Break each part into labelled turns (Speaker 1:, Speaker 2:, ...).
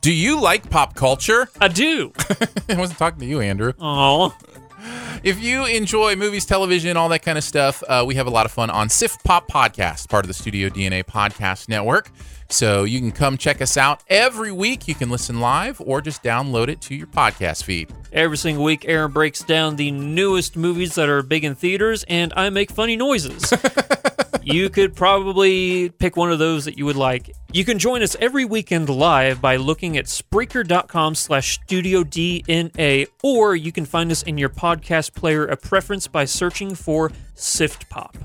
Speaker 1: Do you like pop culture?
Speaker 2: I do.
Speaker 1: I wasn't talking to you, Andrew.
Speaker 2: Oh,
Speaker 1: If you enjoy movies, television, all that kind of stuff, uh, we have a lot of fun on Sif Pop Podcast, part of the Studio DNA Podcast Network. So you can come check us out every week. You can listen live or just download it to your podcast feed.
Speaker 2: every single week, Aaron breaks down the newest movies that are big in theaters, and I make funny noises. you could probably pick one of those that you would like. You can join us every weekend live by looking at Spreaker.com slash Studio DNA, or you can find us in your podcast player of preference by searching for Sift Pop.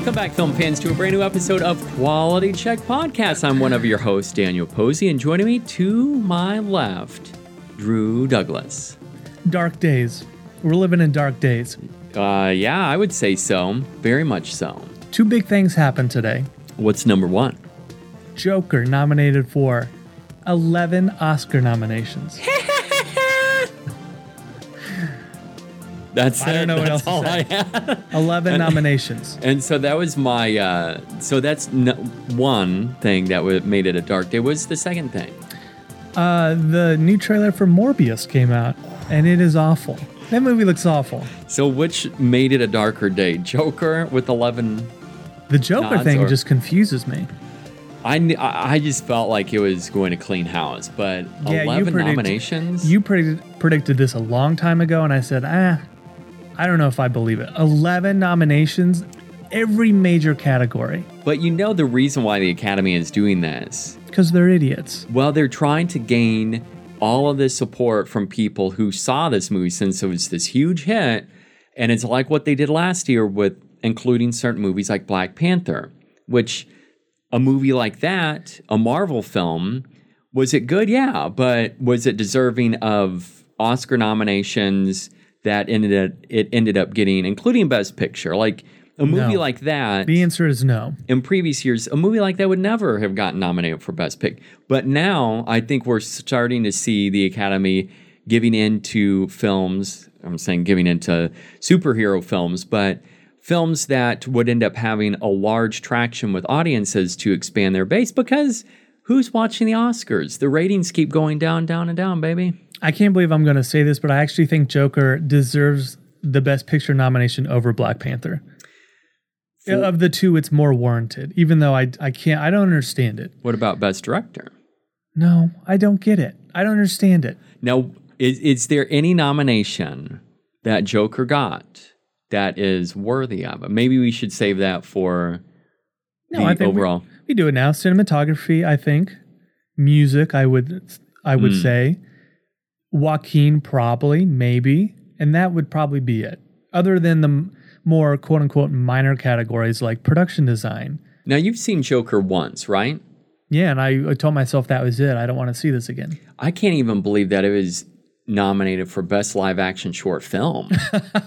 Speaker 3: Welcome back, film fans, to a brand new episode of Quality Check Podcast. I'm one of your hosts, Daniel Posey, and joining me to my left, Drew Douglas.
Speaker 4: Dark days. We're living in dark days.
Speaker 3: Uh, yeah, I would say so. Very much so.
Speaker 4: Two big things happened today.
Speaker 3: What's number one?
Speaker 4: Joker nominated for 11 Oscar nominations.
Speaker 3: That's
Speaker 4: I don't
Speaker 3: it.
Speaker 4: know what
Speaker 3: That's
Speaker 4: else to
Speaker 3: all
Speaker 4: say.
Speaker 3: I had.
Speaker 4: 11 nominations.
Speaker 3: And so that was my. Uh, so that's n- one thing that w- made it a dark day. Was the second thing?
Speaker 4: Uh, the new trailer for Morbius came out, and it is awful. That movie looks awful.
Speaker 3: So which made it a darker day? Joker with eleven
Speaker 4: The Joker
Speaker 3: Nods
Speaker 4: thing
Speaker 3: or-
Speaker 4: just confuses me.
Speaker 3: I, kn- I I just felt like it was going to clean house, but
Speaker 4: Yeah, you
Speaker 3: 11
Speaker 4: predict-
Speaker 3: nominations?
Speaker 4: You predicted, predicted this a long time ago, and I said, ah, I don't know if I believe it. 11 nominations, every major category,
Speaker 3: but you know the reason why the Academy is doing this.
Speaker 4: because they're idiots.
Speaker 3: Well, they're trying to gain all of this support from people who saw this movie since it was this huge hit. And it's like what they did last year with including certain movies like Black Panther, which a movie like that, a Marvel film, was it good? Yeah. But was it deserving of Oscar nominations that ended up, it ended up getting, including Best Picture? Like a movie
Speaker 4: No.
Speaker 3: like that
Speaker 4: The answer is no.
Speaker 3: in previous years, a movie like that would never have gotten nominated for Best Pick. But now I think we're starting to see the Academy giving in to films. I'm saying giving into superhero films, but films that would end up having a large traction with audiences to expand their base because who's watching the Oscars? The ratings keep going down, down, and down, baby.
Speaker 4: I can't believe I'm going to say this, but I actually think Joker deserves the Best Picture nomination over Black Panther. Of the two, it's more warranted, even though I, I can't, I don't understand it.
Speaker 3: What about Best Director?
Speaker 4: No, I don't get it. I don't understand it.
Speaker 3: Now, is, is there any nomination that Joker got that is worthy of it? Maybe we should save that for
Speaker 4: No,
Speaker 3: the
Speaker 4: I think we-
Speaker 3: overall.
Speaker 4: We do it now. Cinematography, I think. Music, I would I would say. Joaquin probably, maybe. And that would probably be it. Other than the m- more quote unquote minor categories like production design.
Speaker 3: Now, you've seen Joker once, right?
Speaker 4: Yeah, and I, I told myself that was it. I don't want to see this again.
Speaker 3: I can't even believe that it was nominated for Best Live Action Short Film.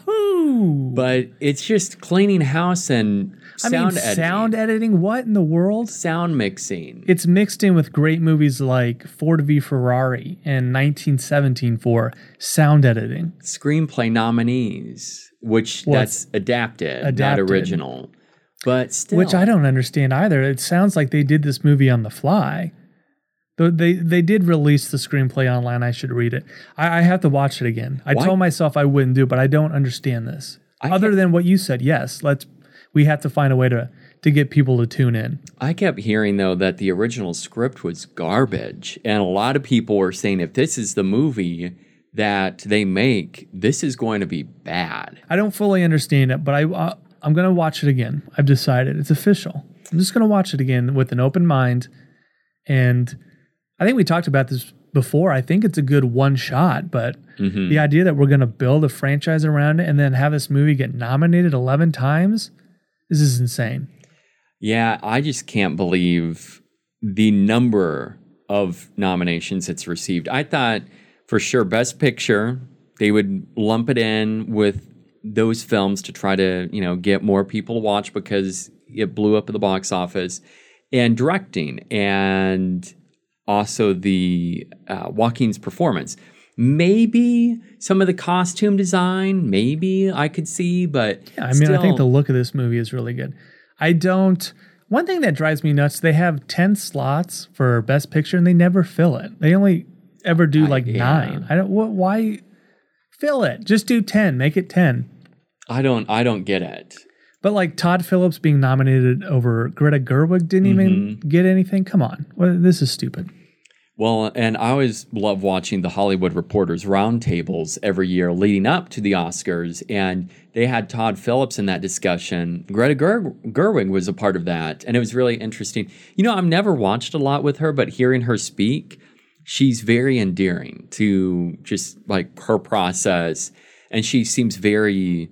Speaker 4: Ooh.
Speaker 3: but it's just cleaning house and
Speaker 4: I
Speaker 3: sound
Speaker 4: mean,
Speaker 3: editing,
Speaker 4: sound e-, editing, what in the world?
Speaker 3: sound mixing.
Speaker 4: It's mixed in with great movies like Ford v Ferrari and 1917 for sound editing.
Speaker 3: screenplay nominees, which
Speaker 4: Well,
Speaker 3: that's adapted, not
Speaker 4: adapted.
Speaker 3: original. But still,
Speaker 4: Which I don't understand either. It sounds like they did this movie on the fly. Though they they did release the screenplay online. I should read it. I, I have to watch it again. I
Speaker 3: Why-
Speaker 4: told myself I wouldn't do, it, but I don't understand this.
Speaker 3: I
Speaker 4: Other
Speaker 3: can't-
Speaker 4: than what you said, yes, let's. We have to find a way to to get people to tune in.
Speaker 3: I kept hearing though that the original script was garbage, and a lot of people were saying if this is the movie that they make, this is going to be bad.
Speaker 4: I don't fully understand it, but I uh, I'm gonna watch it again. I've decided it's official. I'm just gonna watch it again with an open mind, and I think we talked about this before. I think it's a good one shot, but the idea that we're gonna build a franchise around it and then have this movie get nominated 11 times, this is insane.
Speaker 3: Yeah, I just can't believe the number of nominations it's received. I thought for sure Best Picture, they would lump it in with those films to try to, you know, get more people to watch because it blew up at the box office. and directing and also the uh, Joaquin's performance. Maybe some of the costume design, maybe I could see, but
Speaker 4: Yeah, I mean, I think the
Speaker 3: still-
Speaker 4: look of this movie is really good. I don't. One thing that drives me nuts, they have 10 slots for Best Picture and they never fill it. They only ever do like
Speaker 3: yeah.
Speaker 4: nine. I don't, what, why fill it? Just do 10, make it 10.
Speaker 3: I don't I don't get it.
Speaker 4: But like Todd Phillips being nominated over Greta Gerwig didn't even
Speaker 3: Mm-hmm.
Speaker 4: get anything. Come on. Well, this is stupid.
Speaker 3: Well, and I always love watching the Hollywood Reporters roundtables every year leading up to the Oscars. And they had Todd Phillips in that discussion. Greta Ger- Gerwig was a part of that. And it was really interesting. You know, I've never watched a lot with her, but hearing her speak, she's very endearing to just like her process. And she seems very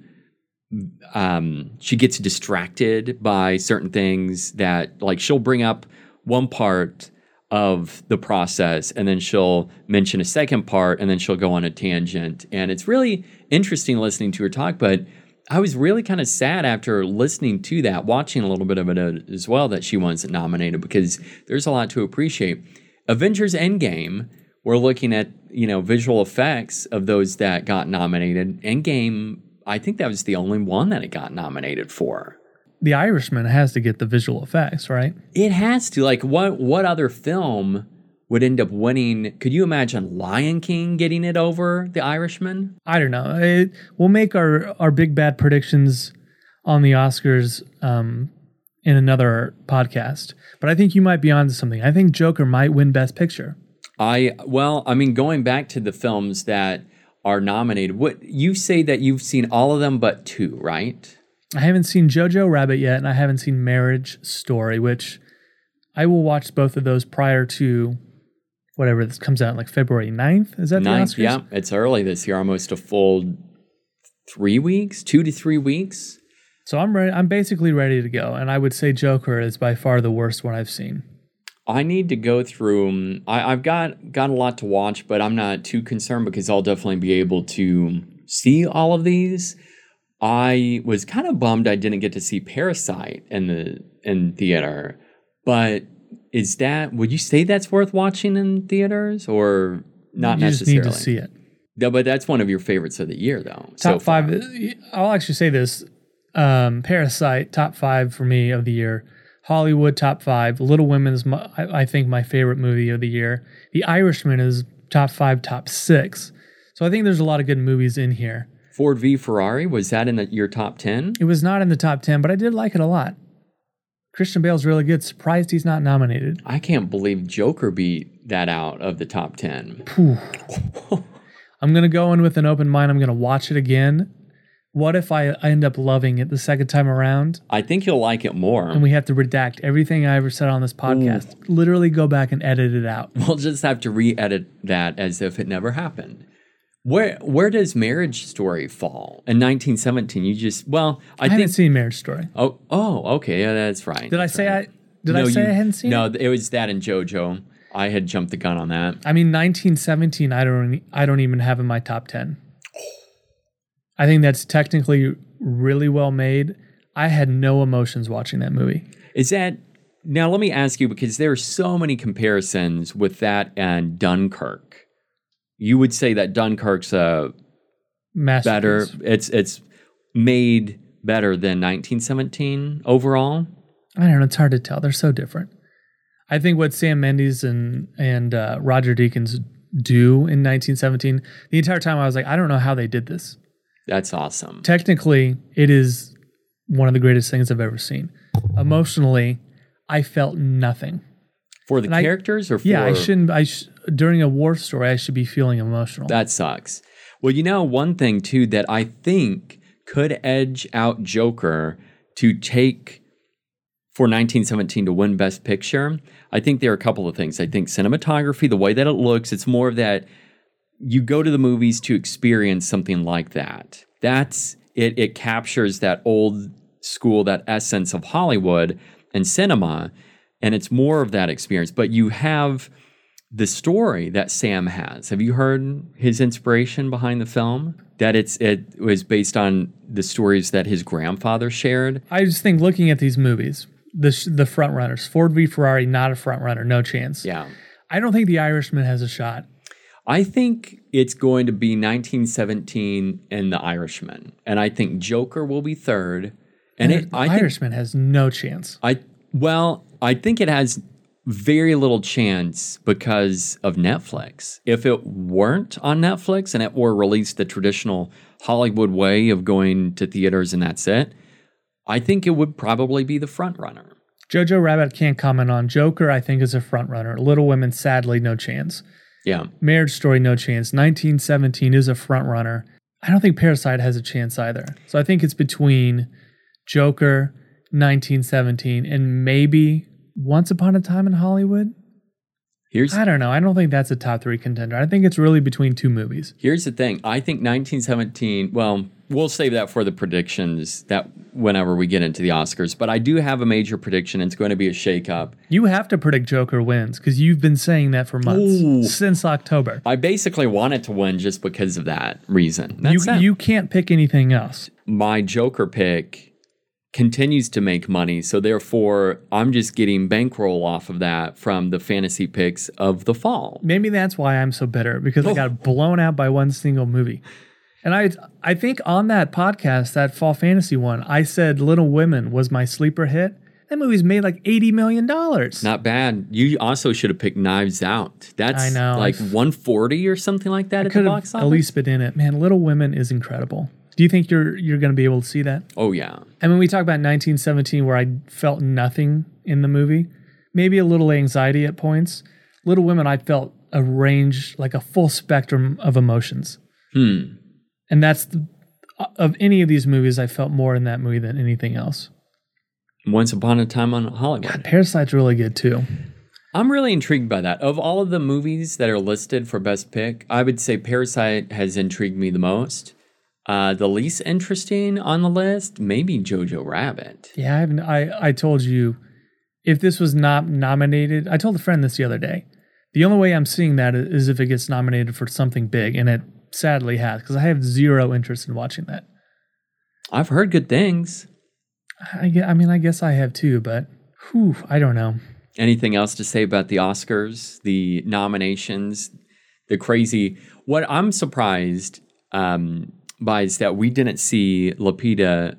Speaker 3: um, she gets distracted by certain things that like she'll bring up one part of the process and then she'll mention a second part and then she'll go on a tangent and it's really interesting listening to her talk but i was really kind of sad after listening to that watching a little bit of it uh, as well that she wasn't nominated because there's a lot to appreciate avengers endgame we're looking at you know visual effects of those that got nominated. Endgame, I think that was the only one that it got nominated for.
Speaker 4: The Irishman has to get the visual effects, right?
Speaker 3: It has to. Like, what what other film would end up winning? Could you imagine Lion King getting it over The Irishman?
Speaker 4: I don't know. It, we'll make our our big bad predictions on the Oscars um, in another podcast. But I think you might be onto something. I think Joker might win Best Picture.
Speaker 3: I well, I mean, going back to the films that are nominated, what you say that you've seen all of them but two, right?
Speaker 4: I haven't seen Jojo Rabbit yet, and I haven't seen Marriage Story, which I will watch both of those prior to whatever this comes out like February 9th. Is that
Speaker 3: Ninth,
Speaker 4: the Oscars?
Speaker 3: yeah, it's early this year, almost a full three weeks, two to three weeks.
Speaker 4: So I'm ready. I'm basically ready to go, and I would say Joker is by far the worst one I've seen.
Speaker 3: I need to go through. um, I, I've got got a lot to watch, but I'm not too concerned because I'll definitely be able to see all of these. I was kind of bummed I didn't get to see Parasite in the in theater, but is that would you say that's worth watching in theaters or not
Speaker 4: you just
Speaker 3: necessarily?
Speaker 4: need to see it.
Speaker 3: No, but that's one of your favorites of the year, though. so
Speaker 4: top
Speaker 3: far.
Speaker 4: five. uh, I'll actually say this: um, Parasite, top five for me of the year. Hollywood, top five. Little Women's, my, I, I think, my favorite movie of the year. The Irishman is top five, top six. So I think there's a lot of good movies in here.
Speaker 3: Ford v Ferrari was that in the, your top ten?
Speaker 4: It was not in the top ten, but I did like it a lot. Christian Bale's really good. Surprised he's not nominated.
Speaker 3: I can't believe Joker beat that out of the top ten.
Speaker 4: I'm gonna go in with an open mind. I'm gonna watch it again. What if I, I end up loving it the second time around?
Speaker 3: I think you'll like it more.
Speaker 4: and we have to redact everything I ever said on this podcast. Literally go back and edit it out.
Speaker 3: We'll just have to re-edit that as if it never happened. Where where does Marriage Story fall in 1917? You just well, I,
Speaker 4: I, haven't
Speaker 3: think.
Speaker 4: seen Marriage Story.
Speaker 3: oh, oh, okay, yeah, that's right.
Speaker 4: Did I say I did I say I hadn't seen
Speaker 3: No,
Speaker 4: it?
Speaker 3: it was that and JoJo. I had jumped the gun on that.
Speaker 4: I mean 1917 I don't I don't even have in my top 10. I think that's technically really well made. I had no emotions watching that movie.
Speaker 3: Is that now? Let me ask you because there are so many comparisons with that and Dunkirk. You would say that Dunkirk's a better.
Speaker 4: Masterpiece.
Speaker 3: It's it's made better than 1917 overall.
Speaker 4: I don't know. It's hard to tell. They're so different. I think what Sam Mendes and and uh, Roger Deakins do in 1917. The entire time I was like, I don't know how they did this.
Speaker 3: That's awesome.
Speaker 4: technically it is one of the greatest things I've ever seen. Emotionally, I felt nothing.
Speaker 3: For the
Speaker 4: And I-
Speaker 3: characters or for
Speaker 4: Yeah, I shouldn't. I sh- during a war story, I should be feeling emotional.
Speaker 3: That sucks. Well, you know, one thing too that I think could edge out Joker to take for 1917 to win Best Picture. I think there are a couple of things. I think cinematography, the way that it looks, it's more of that you go to the movies to experience something like that. That's it it captures that old school, that essence of Hollywood and cinema, and it's more of that experience. But you have the story that Sam has. Have you heard his inspiration behind the film? That it's it was based on the stories that his grandfather shared.
Speaker 4: I just think looking at these movies, the sh- the front runners. Ford v Ferrari, not a front runner, no chance.
Speaker 3: Yeah.
Speaker 4: I don't think the Irishman has a shot.
Speaker 3: I think it's going to be 1917 and The Irishman, and I think Joker will be third. And it,
Speaker 4: the
Speaker 3: I think,
Speaker 4: Irishman has no chance.
Speaker 3: I well, I think it has very little chance because of Netflix. If it weren't on Netflix and it were released the traditional Hollywood way of going to theaters and that's it, I think it would probably be the front runner.
Speaker 4: Jojo Rabbit can't comment on Joker. I think is a front runner. Little Women, sadly, no chance.
Speaker 3: Yeah.
Speaker 4: Marriage Story, no chance. 1917 is a front runner. I don't think Parasite has a chance either. So I think it's between Joker, 1917, and maybe Once Upon a Time in Hollywood.
Speaker 3: Here's
Speaker 4: I don't know. I don't think that's a top three contender. I think it's really between two movies.
Speaker 3: Here's the thing. I think 1917. Well, we'll save that for the predictions that whenever we get into the Oscars. But I do have a major prediction. It's going to be a shakeup.
Speaker 4: You have to predict Joker wins because you've been saying that for months
Speaker 3: Ooh.
Speaker 4: since October.
Speaker 3: I basically want it to win just because of that reason.
Speaker 4: You
Speaker 3: That's it.
Speaker 4: you can't pick anything else.
Speaker 3: my Joker pick continues to make money, so therefore I'm just getting bankroll off of that from the fantasy picks of the fall.
Speaker 4: maybe that's why I'm so bitter because I got blown out by one single movie. And I I think on that podcast, that fall fantasy one, I said Little Women was my sleeper hit. That movie's made like eighty million dollars.
Speaker 3: Not bad. You also should have picked Knives Out. That's
Speaker 4: I know.
Speaker 3: like 140 or something like that at the
Speaker 4: Could have
Speaker 3: box office.
Speaker 4: at least been in it. Man, Little Women is incredible. Do you think you're you're gonna be able to see that?
Speaker 3: oh yeah.
Speaker 4: And when we talk about 1917, where I felt nothing in the movie, maybe a little anxiety at points. Little Women, I felt a range, like a full spectrum of emotions. Hmm. And that's the, of any of these movies, I felt more in that movie than anything else.
Speaker 3: Once Upon a Time on Hollywood.
Speaker 4: Parasite's really good too.
Speaker 3: I'm really intrigued by that. Of all of the movies that are listed for best pick, I would say Parasite has intrigued me the most. Uh, the least interesting on the list, maybe Jojo Rabbit.
Speaker 4: Yeah, I've, I I told you if this was not nominated, I told a friend this the other day. The only way I'm seeing that is if it gets nominated for something big, and it sadly has because I have zero interest in watching that.
Speaker 3: I've heard good things.
Speaker 4: I, gue- I mean, I guess I have too, but whew, I don't know.
Speaker 3: Anything else to say about the Oscars, the nominations, the crazy? What I'm surprised um, by is that we didn't see Lapita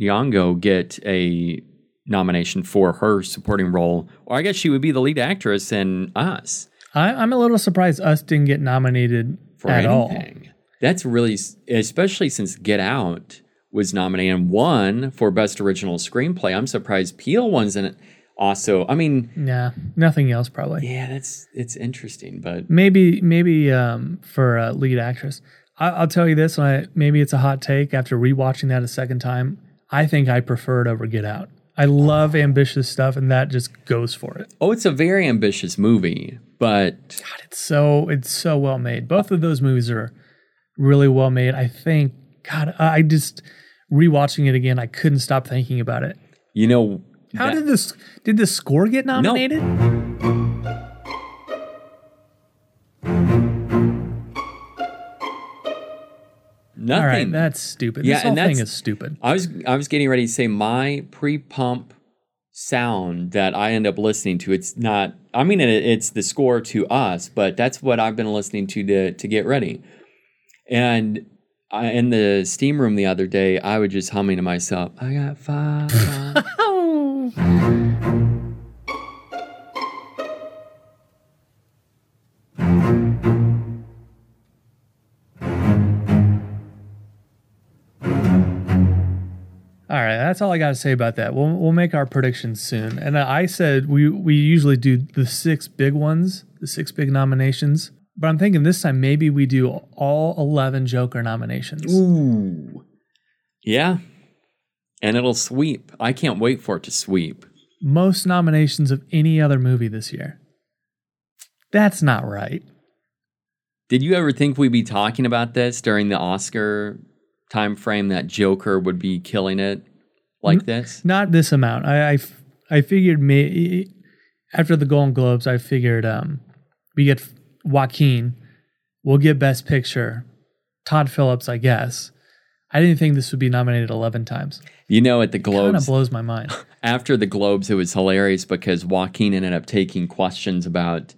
Speaker 3: Nyong'o get a nomination for her supporting role, or I guess she would be the lead actress in Us
Speaker 4: I, I'm a little surprised us didn't get nominated
Speaker 3: for
Speaker 4: at all.
Speaker 3: anything. That's really, s- especially since Get Out was nominated and won for Best Original Screenplay. I'm surprised Peel one's in it. Also, I mean,
Speaker 4: Nah, nothing else probably.
Speaker 3: yeah, that's it's interesting, but
Speaker 4: Maybe, maybe um, for uh, lead actress. I, I'll tell you this, and I, maybe it's a hot take. After rewatching that a second time, I think I prefer it over Get Out. I love ambitious stuff, and that just goes for it.
Speaker 3: Oh, it's a very ambitious movie, but
Speaker 4: God, it's so it's so well made. Both of those movies are really well made. I think. God, I I just rewatching it again. I couldn't stop thinking about it.
Speaker 3: you know,
Speaker 4: How
Speaker 3: that-
Speaker 4: did this did the score get nominated?
Speaker 3: nothing.
Speaker 4: All right, that's stupid.
Speaker 3: Yeah,
Speaker 4: this whole
Speaker 3: and
Speaker 4: thing
Speaker 3: that's-
Speaker 4: is stupid.
Speaker 3: I was I was getting ready to say my pre-pump sound that I end up listening to. It's not. I mean, it, it's the score to us, but that's what I've been listening to to to get ready. And I, in the steam room the other day, I was just humming to myself. I got five.
Speaker 4: All right, that's all I got to say about that. We'll we'll make our predictions soon. And I said we we usually do the six big ones, the six big nominations. But I'm thinking this time maybe we do all eleven Joker nominations.
Speaker 3: Ooh. Yeah. And it'll sweep. I can't wait for it to sweep.
Speaker 4: Most nominations of any other movie this year. That's not right.
Speaker 3: Did you ever think we'd be talking about this during the Oscar time frame that Joker would be killing it like this?
Speaker 4: Not this amount. I I f- I figured may after the Golden Globes, I figured um we get Joaquin, we'll get Best Picture, Todd Phillips, I guess. I didn't think this would be nominated eleven times.
Speaker 3: You know, at the
Speaker 4: Kind of
Speaker 3: Globes,
Speaker 4: blows my mind.
Speaker 3: after the Globes, it was hilarious because Joaquin ended up taking questions about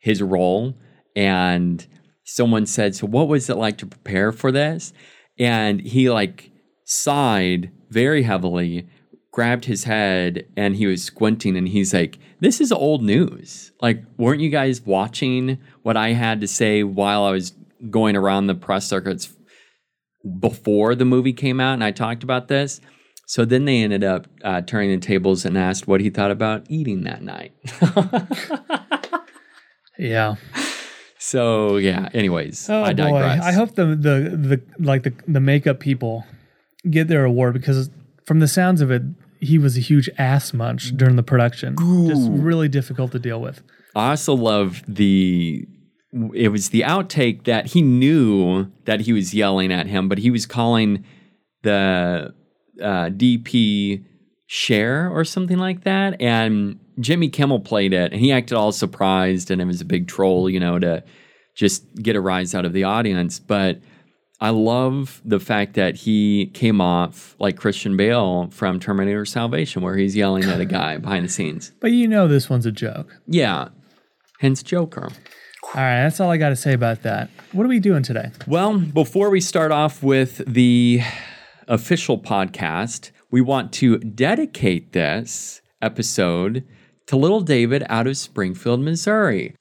Speaker 3: his role. And someone said, So, what was it like to prepare for this? And he like sighed very heavily, grabbed his head, and he was squinting. And he's like, This is old news. Like, weren't you guys watching what I had to say while I was going around the press circuits before the movie came out? And I talked about this. So then they ended up uh, turning the tables and asked what he thought about eating that night.
Speaker 4: Yeah.
Speaker 3: so yeah. Anyways,
Speaker 4: Oh
Speaker 3: I
Speaker 4: boy.
Speaker 3: digress.
Speaker 4: I hope the the the like the the makeup people get their award because from the sounds of it, he was a huge ass munch during the production. Just really difficult to deal with.
Speaker 3: I also love the. It was the outtake that he knew that he was yelling at him, but he was calling the uh, DP share or something like that. And Jimmy Kimmel played it, and he acted all surprised, and it was a big troll, you know, to just get a rise out of the audience. But I love the fact that he came off like Christian Bale from Terminator Salvation, where he's yelling at a guy behind the scenes.
Speaker 4: But you know this one's a joke.
Speaker 3: Yeah, hence Joker.
Speaker 4: All right, that's all I got to say about that. What are we doing today?
Speaker 3: Well, before we start off with the official podcast, we want to dedicate this episode to little David out of Springfield, Missouri.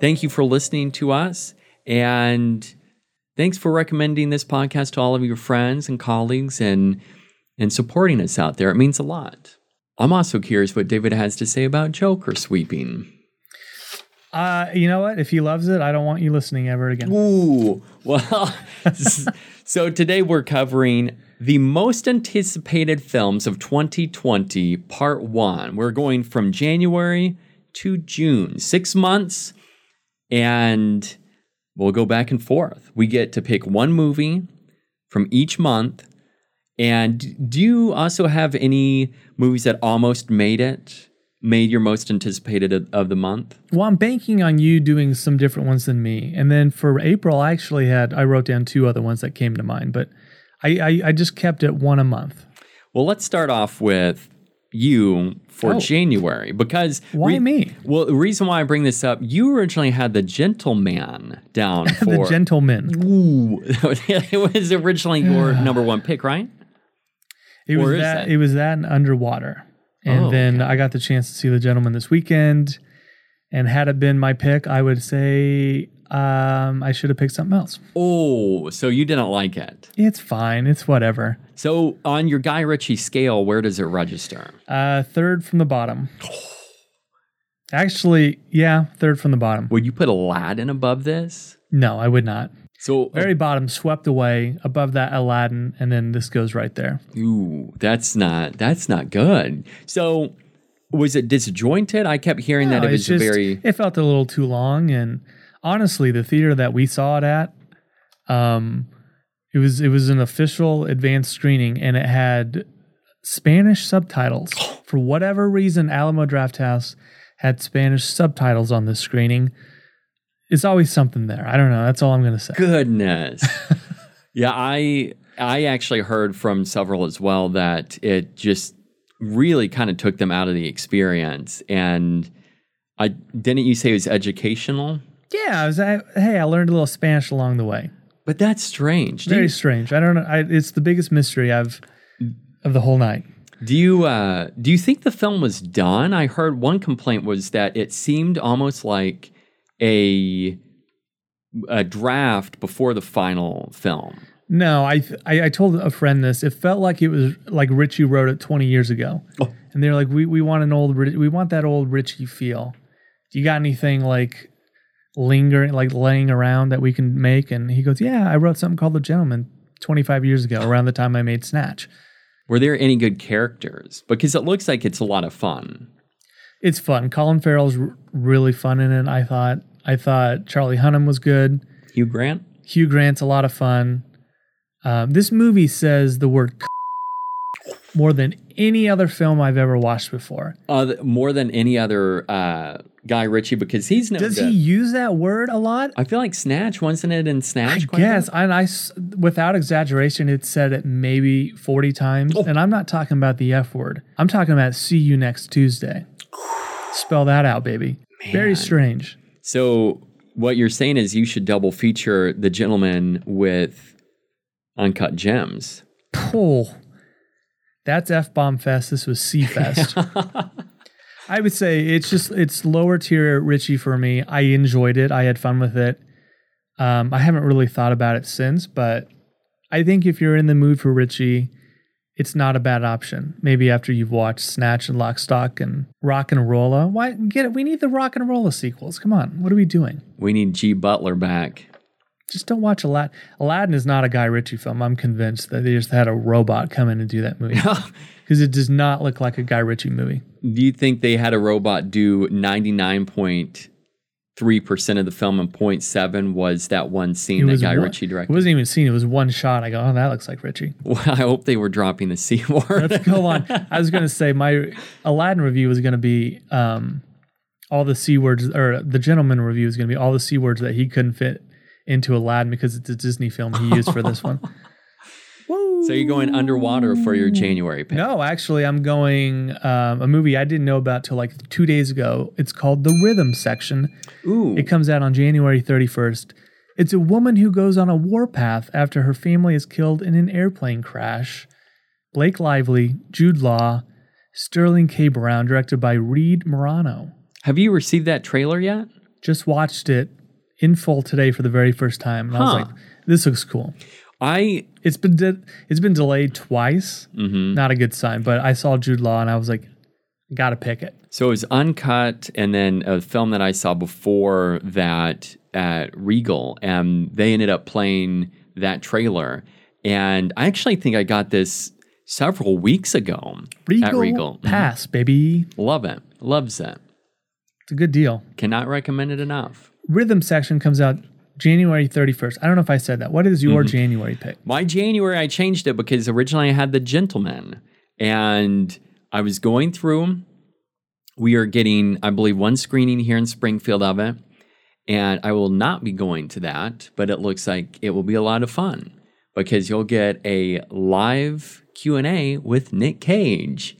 Speaker 3: Thank you for listening to us and thanks for recommending this podcast to all of your friends and colleagues and and supporting us out there. It means a lot. I'm also curious what David has to say about Joker sweeping.
Speaker 4: Uh, you know what? If he loves it, I don't want you listening ever again.
Speaker 3: Ooh, well, s- so today we're covering the most anticipated films of 2020, part one. We're going from January to June, six months, and we'll go back and forth. We get to pick one movie from each month. And do you also have any movies that almost made it, made your most anticipated of, of the month?
Speaker 4: Well, I'm banking on you doing some different ones than me. And then for April, I actually had I wrote down two other ones that came to mind, but I I, I just kept it one a month.
Speaker 3: Well, let's start off with you for
Speaker 4: Oh.
Speaker 3: January because
Speaker 4: Why me?
Speaker 3: Well, the reason why I bring this up, you originally had the gentleman down for
Speaker 4: The Gentleman.
Speaker 3: Ooh, it was originally your number one pick, right?
Speaker 4: It
Speaker 3: Or
Speaker 4: was
Speaker 3: is
Speaker 4: that,
Speaker 3: that-
Speaker 4: It was that and Underwater. And
Speaker 3: Oh,
Speaker 4: then I got the chance to see The Gentleman this weekend. And had it been my pick, I would say um, I should have picked something else.
Speaker 3: Oh, so you didn't like it.
Speaker 4: It's fine. It's whatever.
Speaker 3: So on your Guy Ritchie scale, where does it register?
Speaker 4: Uh, third from the bottom. Actually, yeah, third from the bottom.
Speaker 3: Would you put Aladdin above this?
Speaker 4: No, I would not.
Speaker 3: So
Speaker 4: Very bottom, swept away. Above that, Aladdin, and then this goes right there.
Speaker 3: Ooh, that's not that's not good. So was it disjointed? I kept hearing that
Speaker 4: No,
Speaker 3: it
Speaker 4: it's
Speaker 3: was
Speaker 4: just-
Speaker 3: very
Speaker 4: It felt a little too long, and honestly, the theater that we saw it at, um, it was it was an official advanced screening, and it had Spanish subtitles for whatever reason. Alamo Drafthouse had Spanish subtitles on this screening. It's always something there. I don't know. That's all I'm gonna say.
Speaker 3: goodness. yeah, I I actually heard from several as well that it just really kind of took them out of the experience. And I didn't you say it was educational?
Speaker 4: Yeah, I was. I, hey, I learned a little Spanish along the way.
Speaker 3: But that's strange. Do
Speaker 4: Very
Speaker 3: you,
Speaker 4: strange. I don't know. I, it's the biggest mystery I've of the whole night.
Speaker 3: do you uh do you think the film was done? I heard one complaint was that it seemed almost like a a draft before the final film.
Speaker 4: No, I, th- I I told a friend this. It felt like it was like Richie wrote it 20 years ago, and they're like, we we want an old Ri- we want that old Richie feel. You got anything like lingering, like laying around that we can make? And he goes, Yeah, I wrote something called The Gentleman 25 years ago, around the time I made Snatch.
Speaker 3: Were there any good characters? Because it looks like it's a lot of fun.
Speaker 4: It's fun. Colin Farrell's r- really fun in it. I thought I thought Charlie Hunnam was good.
Speaker 3: Hugh Grant?
Speaker 4: Hugh Grant's a lot of fun. Um, this movie says the word more than any other film I've ever watched before.
Speaker 3: Uh, more than any other uh, Guy Ritchie because he's known
Speaker 4: Does
Speaker 3: to-
Speaker 4: he use that word a lot?
Speaker 3: I feel like Snatch, wasn't it in
Speaker 4: I
Speaker 3: Snatch? quite a
Speaker 4: guess,
Speaker 3: bit?
Speaker 4: and I, s- without exaggeration, it said it maybe 40 times. And I'm not talking about the F word. I'm talking about see you next Tuesday. Spell that out, baby. Very strange.
Speaker 3: So what you're saying is you should double feature The Gentleman with Uncut Gems.
Speaker 4: Pull. That's F bomb fest. This was C fest. I would say it's just, it's lower tier Richie for me. I enjoyed it. I had fun with it. Um, I haven't really thought about it since, but I think if you're in the mood for Richie, it's not a bad option. Maybe after you've watched Snatch and Lock, Stock, and Rock and Rolla. Why get it? We need the Rock and Rolla sequels. Come on, what are we doing?
Speaker 3: We need G. Butler back.
Speaker 4: Just don't watch Aladdin. Aladdin is not a Guy Ritchie film. I'm convinced that they just had a robot come in and do that movie because it does not look like a Guy Ritchie movie.
Speaker 3: Do you think they had a robot do 99.3% of the film and 0.7 was that one scene that Guy
Speaker 4: one-
Speaker 3: Ritchie
Speaker 4: It
Speaker 3: directed?
Speaker 4: wasn't even seen. It was one shot. I go, oh, that looks like Ritchie.
Speaker 3: Well, I hope they were dropping the C word.
Speaker 4: Let's go on. I was going to say my Aladdin review is going to be um, all the c words, or the gentleman review is going to be all the c words that he couldn't fit into Aladdin because it's a Disney film he used for this one.
Speaker 3: so you're going underwater for your January pick.
Speaker 4: No, actually, I'm going um, a movie I didn't know about till like two days ago. It's called The Rhythm Section.
Speaker 3: Ooh.
Speaker 4: It comes out on January 31st. It's a woman who goes on a warpath after her family is killed in an airplane crash. Blake Lively, Jude Law, Sterling K. Brown, directed by Reed Morano.
Speaker 3: Have you received that trailer yet?
Speaker 4: Just watched it in full today for the very first time, and I was
Speaker 3: Huh.
Speaker 4: like, "This looks cool."
Speaker 3: I
Speaker 4: It's been de- it's been delayed twice.
Speaker 3: Mm-hmm.
Speaker 4: Not a good sign. But I saw Jude Law, and I was like, "Gotta pick it."
Speaker 3: so it was uncut, and then a film that I saw before that at Regal, and they ended up playing that trailer. And I actually think I got this several weeks ago at Regal. Mm-hmm.
Speaker 4: Pass, baby.
Speaker 3: Love it, loves it.
Speaker 4: It's a good deal.
Speaker 3: Cannot recommend it enough.
Speaker 4: Rhythm section comes out January 31st. I don't know if I said that. What is your
Speaker 3: Mm-hmm.
Speaker 4: January pick?
Speaker 3: My January, I changed it because originally I had The Gentleman, and I was going through. We are getting, I believe, one screening here in Springfield of it, and I will not be going to that, but it looks like it will be a lot of fun because you'll get a live Q and A with Nick Cage.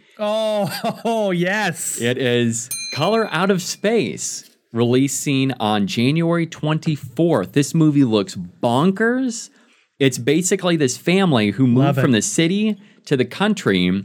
Speaker 4: Oh, yes.
Speaker 3: It is Color Out of Space, releasing on January 24th. This movie looks bonkers. It's basically this family who moved
Speaker 4: it.
Speaker 3: from the city to the country,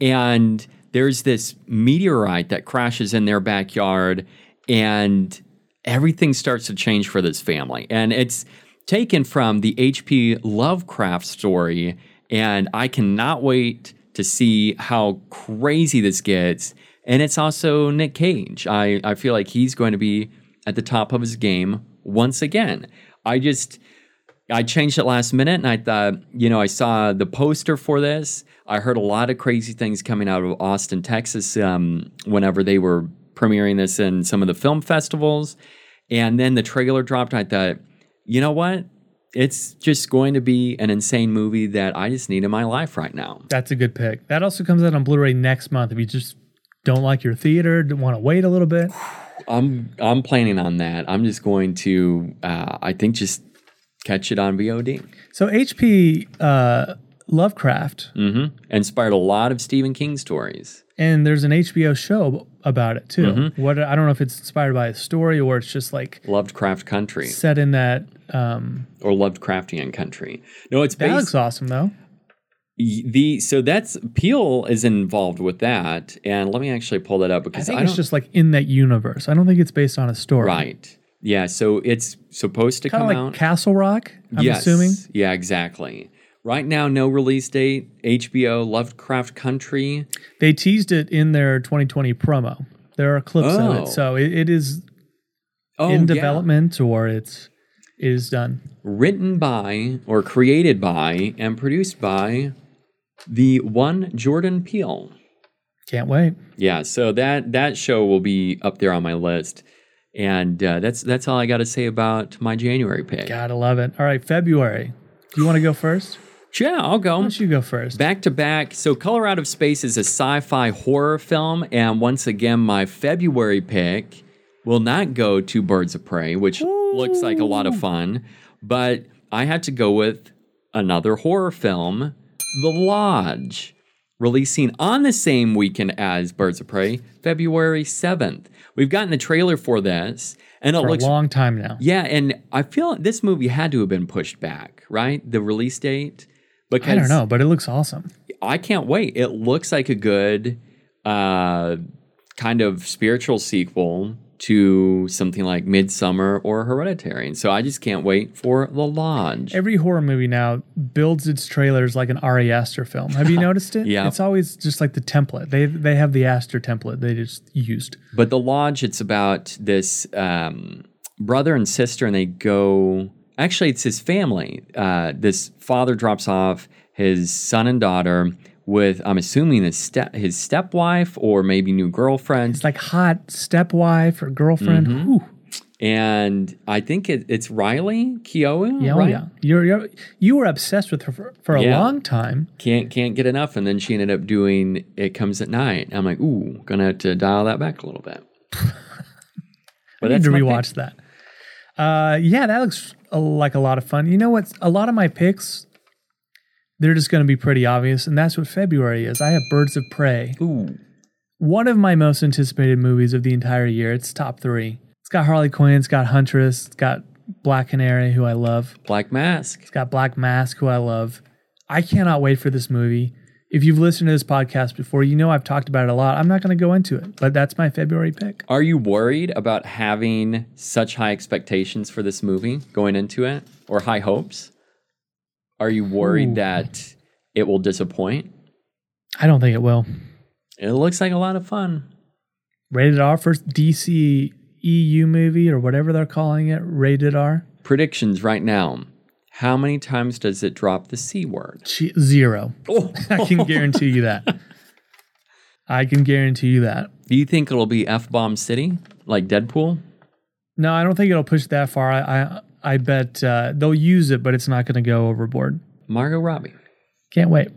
Speaker 3: and there's this meteorite that crashes in their backyard, and everything starts to change for this family. And it's taken from the H.P. Lovecraft story, and I cannot wait to see how crazy this gets. And it's also Nick Cage. I, I feel like he's going to be at the top of his game once again. I just. I changed it last minute and I thought, you know, I saw the poster for this. I heard a lot of crazy things coming out of Austin, Texas, um, whenever they were premiering this in some of the film festivals. And then the trailer dropped. I thought, you know what? It's just going to be an insane movie that I just need in my life right now.
Speaker 4: That's a good pick. That also comes out on Blu ray next month if you just don't like your theater, don't want to wait a little bit.
Speaker 3: I'm I'm planning on that. I'm just going to, uh, I think, just catch it on VOD.
Speaker 4: So, H.P. Uh, Lovecraft,
Speaker 3: Mm. Inspired a lot of Stephen King stories.
Speaker 4: and there's an HBO show about it too.
Speaker 3: Mm-hmm.
Speaker 4: What I don't know if it's inspired by a story or it's just like
Speaker 3: Lovecraft Country.
Speaker 4: set in that. Um,
Speaker 3: or Lovecraftian country. No, it's
Speaker 4: that
Speaker 3: based
Speaker 4: looks awesome though.
Speaker 3: y- the so that's Peel is involved with that, and let me actually pull that up
Speaker 4: I
Speaker 3: because I,
Speaker 4: think
Speaker 3: don't
Speaker 4: it's just like in that universe. I don't think it's based on a story.
Speaker 3: right. Yeah, so it's supposed to
Speaker 4: Kind
Speaker 3: come
Speaker 4: of like
Speaker 3: out.
Speaker 4: Castle Rock. I'm
Speaker 3: yes.
Speaker 4: assuming.
Speaker 3: Yeah, exactly. Right now, no release date. HBO Lovecraft Country.
Speaker 4: They teased it in their 2020 promo. There are clips of
Speaker 3: Oh.
Speaker 4: it, so it, it is
Speaker 3: Oh,
Speaker 4: in
Speaker 3: yeah.
Speaker 4: development or it's it is done.
Speaker 3: Written by or created by and produced by the one Jordan Peele.
Speaker 4: Can't wait.
Speaker 3: Yeah, so that that show will be up there on my list, and uh, that's that's all I got to say about my January pick.
Speaker 4: Gotta love it. All right, February. Do you want to go first?
Speaker 3: Yeah, I'll go.
Speaker 4: Why don't you go first?
Speaker 3: Back to back. So, Color Out of Space is a sci fi horror film. And once again, my February pick will not go to Birds of Prey, which looks like a lot of fun. But I had to go with another horror film, The Lodge, releasing on the same weekend as Birds of Prey, February 7th. We've gotten the trailer for this, and it
Speaker 4: for
Speaker 3: looks
Speaker 4: a long time now.
Speaker 3: yeah, and I feel this movie had to have been pushed back, right? The release date. Because
Speaker 4: I don't know, but it looks awesome.
Speaker 3: I can't wait. It looks like a good uh, kind of spiritual sequel to something like Midsummer or Hereditary. And so I just can't wait for The Lodge.
Speaker 4: Every horror movie now builds its trailers like an Ari Aster film. Have you noticed it?
Speaker 3: Yeah.
Speaker 4: It's always just like the template. They they have the Aster template they just used.
Speaker 3: But The Lodge, it's about this um, brother and sister, and they go. Actually, it's his family. Uh, this father drops off his son and daughter with, I'm assuming, his, step, his stepwife or maybe new girlfriend.
Speaker 4: It's like hot stepwife or girlfriend.
Speaker 3: Mm-hmm.
Speaker 4: Ooh.
Speaker 3: And I think it, it's Riley Keough,
Speaker 4: Yeah, oh
Speaker 3: right?
Speaker 4: yeah. You're, you're you were obsessed with her for, for a
Speaker 3: Yeah.
Speaker 4: long time.
Speaker 3: Can't can't get enough. And then she ended up doing It Comes at Night. I'm like, ooh, gonna have to dial that back a little bit.
Speaker 4: I
Speaker 3: But
Speaker 4: need
Speaker 3: that's
Speaker 4: to
Speaker 3: my pick.
Speaker 4: rewatch that. Uh, yeah, that looks a, like a lot of fun. You know what? A lot of my picks, they're just going to be pretty obvious, and that's what February is. I have Birds of Prey,
Speaker 3: Ooh.
Speaker 4: one of my most anticipated movies of the entire year. It's top three. It's got Harley Quinn, it's got Huntress, it's got Black Canary, who I love.
Speaker 3: Black Mask.
Speaker 4: It's got Black Mask, who I love. I cannot wait for this movie. If you've listened to this podcast before, you know I've talked about it a lot. I'm not going to go into it, but that's my February pick.
Speaker 3: Are you worried about having such high expectations for this movie going into it or high hopes? Are you worried
Speaker 4: Ooh.
Speaker 3: that it will disappoint?
Speaker 4: I don't think it will.
Speaker 3: It looks like a lot of fun.
Speaker 4: rated R first DC EU E movie or whatever they're calling it, rated R.
Speaker 3: Predictions right now. How many times does it drop the C word?
Speaker 4: She, zero.
Speaker 3: Oh.
Speaker 4: I can guarantee you that. I can guarantee you that.
Speaker 3: Do you think it'll be F Bomb City like Deadpool?
Speaker 4: No, I don't think it'll push that far. I I, I bet uh, they'll use it, but it's not going to go overboard.
Speaker 3: Margot Robbie.
Speaker 4: Can't wait.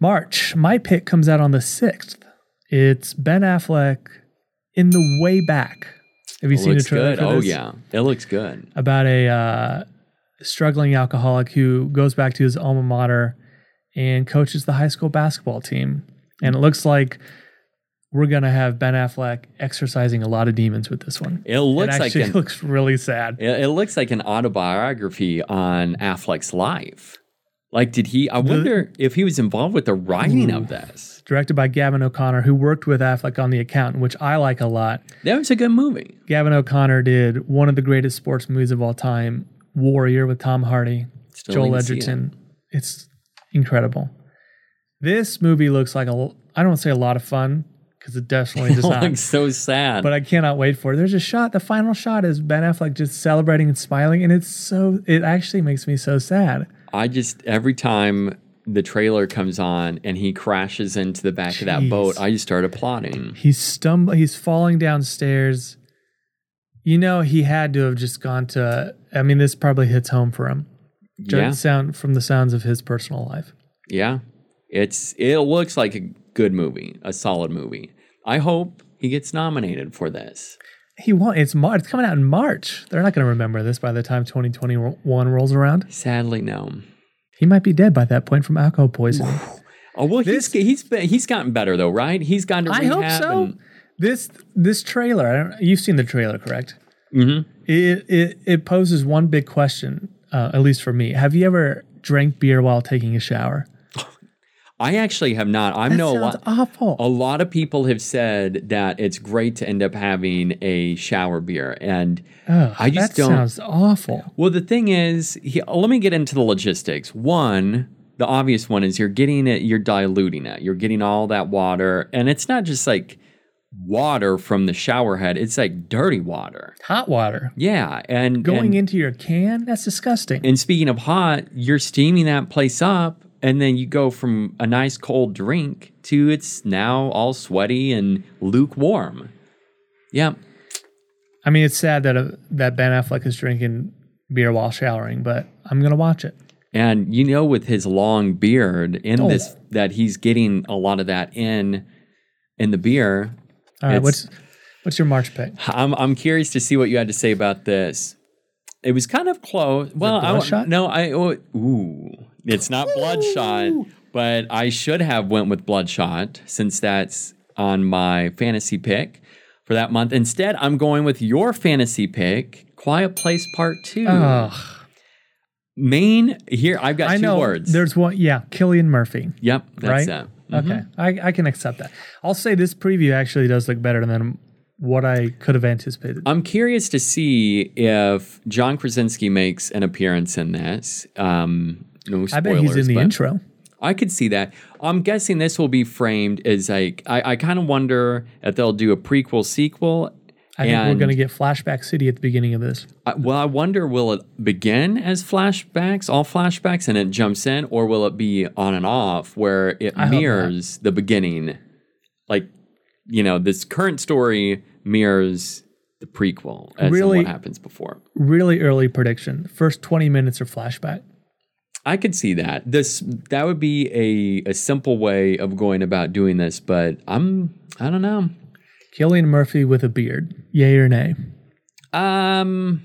Speaker 4: March. My pick comes out on the sixth. It's Ben Affleck in the way back. Have you
Speaker 3: It
Speaker 4: seen the
Speaker 3: looks
Speaker 4: trailer?
Speaker 3: good.
Speaker 4: for
Speaker 3: Oh
Speaker 4: this?
Speaker 3: yeah. It looks good.
Speaker 4: about a uh, struggling alcoholic who goes back to his alma mater and coaches the high school basketball team. And it looks like we're gonna have Ben Affleck exercising a lot of demons with this one.
Speaker 3: It looks
Speaker 4: it
Speaker 3: like
Speaker 4: actually
Speaker 3: an,
Speaker 4: looks really sad.
Speaker 3: it, it looks like an autobiography on Affleck's life. Like, did he? I wonder if he was involved with the writing
Speaker 4: Hmm.
Speaker 3: of this.
Speaker 4: Directed by Gavin O'Connor, who worked with Affleck on The Accountant, which I like a lot.
Speaker 3: That was a good movie.
Speaker 4: Gavin O'Connor did one of the greatest sports movies of all time, Warrior with Tom Hardy,
Speaker 3: Still
Speaker 4: Joel
Speaker 3: didn't see
Speaker 4: Edgerton. It's incredible. This movie looks like a l- I don't wanna say a lot of fun because it definitely
Speaker 3: It
Speaker 4: does not.
Speaker 3: looks so sad.
Speaker 4: But I cannot wait for it. There's a shot. The final shot is Ben Affleck just celebrating and smiling, and it's so. It actually makes me so sad.
Speaker 3: I just every time the trailer comes on and he crashes into the back of that
Speaker 4: Jeez.
Speaker 3: boat, I just start applauding.
Speaker 4: He's stumble. He's falling downstairs. You know, he had to have just gone to. I mean, this probably hits home for him. Just
Speaker 3: Yeah,
Speaker 4: sound from the sounds of his personal life.
Speaker 3: yeah. It's it looks like a good movie, a solid movie. I hope he gets nominated for this.
Speaker 4: He won't. It's Mar- It's coming out in March. They're not going to remember this by the time 2021 rolls around.
Speaker 3: Sadly, no.
Speaker 4: He might be dead by that point from alcohol poisoning.
Speaker 3: Oh well, he's he's been, he's gotten better though, right? He's gone to
Speaker 4: I
Speaker 3: rehab.
Speaker 4: hope so.
Speaker 3: and-
Speaker 4: This this trailer. I don't, you've seen the trailer, correct?
Speaker 3: Mhm.
Speaker 4: It, it it poses one big question, uh, at least for me. Have you ever drank beer while taking a shower?
Speaker 3: I actually have not. I
Speaker 4: That
Speaker 3: know Oh, a
Speaker 4: sounds
Speaker 3: lot.
Speaker 4: awful.
Speaker 3: A lot of people have said that it's great to end up having a shower beer, and
Speaker 4: Ugh,
Speaker 3: I just
Speaker 4: that
Speaker 3: don't.
Speaker 4: sounds awful.
Speaker 3: Well, the thing is, he, let me get into the logistics. One, the obvious one is you're getting it, you're diluting it, you're getting all that water, and it's not just like water from the shower head; it's like dirty water.
Speaker 4: Hot water
Speaker 3: Yeah, and
Speaker 4: going
Speaker 3: and,
Speaker 4: into your can. That's disgusting.
Speaker 3: And speaking of hot, you're steaming that place up, and then you go from a nice cold drink to it's now all sweaty and lukewarm. Yeah,
Speaker 4: I mean, it's sad that uh, that Ben Affleck is drinking beer while showering, but I'm gonna watch it.
Speaker 3: And you know, with his long beard in
Speaker 4: Oh.
Speaker 3: this, that he's getting a lot of that in in the beer.
Speaker 4: All right,
Speaker 3: It's-
Speaker 4: what's what's your March pick?
Speaker 3: I'm I'm curious to see what you had to say about this. It was kind of close. Well, I won't-
Speaker 4: Bloodshot?
Speaker 3: no, I oh, ooh, it's not bloodshot, but I should have went with bloodshot since that's on my fantasy pick for that month. Instead, I'm going with your fantasy pick, Quiet Place Part Two.
Speaker 4: Ugh,
Speaker 3: Main here, I've got
Speaker 4: I
Speaker 3: two
Speaker 4: know.
Speaker 3: words.
Speaker 4: There's one. Yeah, Killian Murphy.
Speaker 3: yep, that's
Speaker 4: right?
Speaker 3: that. Mm-hmm.
Speaker 4: Okay, I, I can accept that. I'll say this preview actually does look better than what I could have anticipated.
Speaker 3: I'm curious to see if John Krasinski makes an appearance in this. Um, no spoilers,
Speaker 4: I bet he's in the
Speaker 3: but-
Speaker 4: intro.
Speaker 3: I could see that. I'm guessing this will be framed as like I, I kind of wonder if they'll do a prequel sequel.
Speaker 4: I think we're
Speaker 3: and-
Speaker 4: going to get Flashback City at the beginning of this.
Speaker 3: I- well, I wonder will it begin as flashbacks, all flashbacks, and it jumps in, or will it be on and off where it
Speaker 4: I hope not.
Speaker 3: mirrors the beginning, like you know this current story mirrors the prequel as in
Speaker 4: Really?
Speaker 3: what happens before.
Speaker 4: Really early prediction. First 20 minutes are flashback.
Speaker 3: I could see that. This that would be a a simple way of going about doing this, but I'm I don't know.
Speaker 4: Killian Murphy with a beard. Yay or nay?
Speaker 3: Um,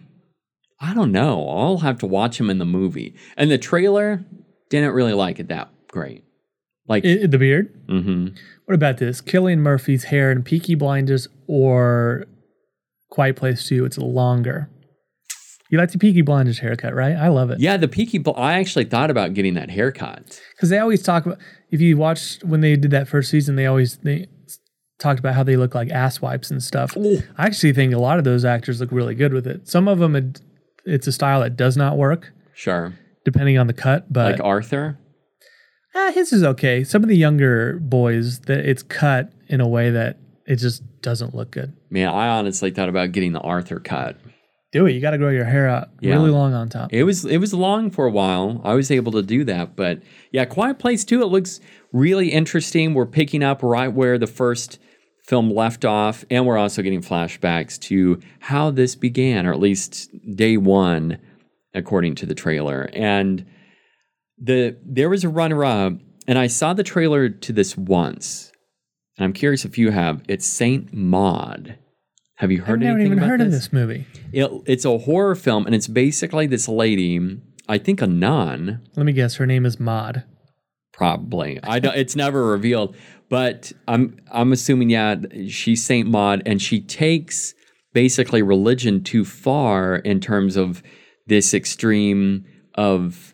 Speaker 3: I don't know. I'll have to watch him in the movie. And the trailer didn't really like it that great. Like,
Speaker 4: I- the beard?
Speaker 3: hmm
Speaker 4: What about this? Killian Murphy's hair in Peaky Blinders or Quiet Place 2? It's longer. You like the Peaky Blinders haircut, right? I love it.
Speaker 3: yeah, the Peaky. Bl- I actually thought about getting that haircut.
Speaker 4: because they always talk about if you watch when they did that first season they always they s- talked about how they look like ass wipes and stuff i actually think a lot of those actors look really good with it some of them it, it's a style that does not work
Speaker 3: Sure,
Speaker 4: depending on the cut but
Speaker 3: like Arthur.
Speaker 4: ah, his is okay some of the younger boys that it's cut in a way that it just doesn't look good
Speaker 3: Man, I honestly thought about getting the Arthur cut.
Speaker 4: do it you got to grow your hair out
Speaker 3: Yeah.
Speaker 4: really long on top
Speaker 3: It was it was long for a while. I was able to do that, but yeah, Quiet Place Two. It looks really interesting. We're picking up right where the first film left off, and we're also getting flashbacks to how this began, or at least day one, according to the trailer. And the there was a runner up, and I saw the trailer to this once, and I'm curious if you have. It's Saint Maud. Have you
Speaker 4: i've
Speaker 3: heard
Speaker 4: never
Speaker 3: anything
Speaker 4: even
Speaker 3: about
Speaker 4: heard of
Speaker 3: this?
Speaker 4: this movie
Speaker 3: It, it's a horror film, and it's basically this lady, I think a nun,
Speaker 4: let me guess her name is maud
Speaker 3: probably. I don't, it's never revealed, but I'm I'm assuming yeah, she's Saint Maud, and she takes basically religion too far in terms of this extreme of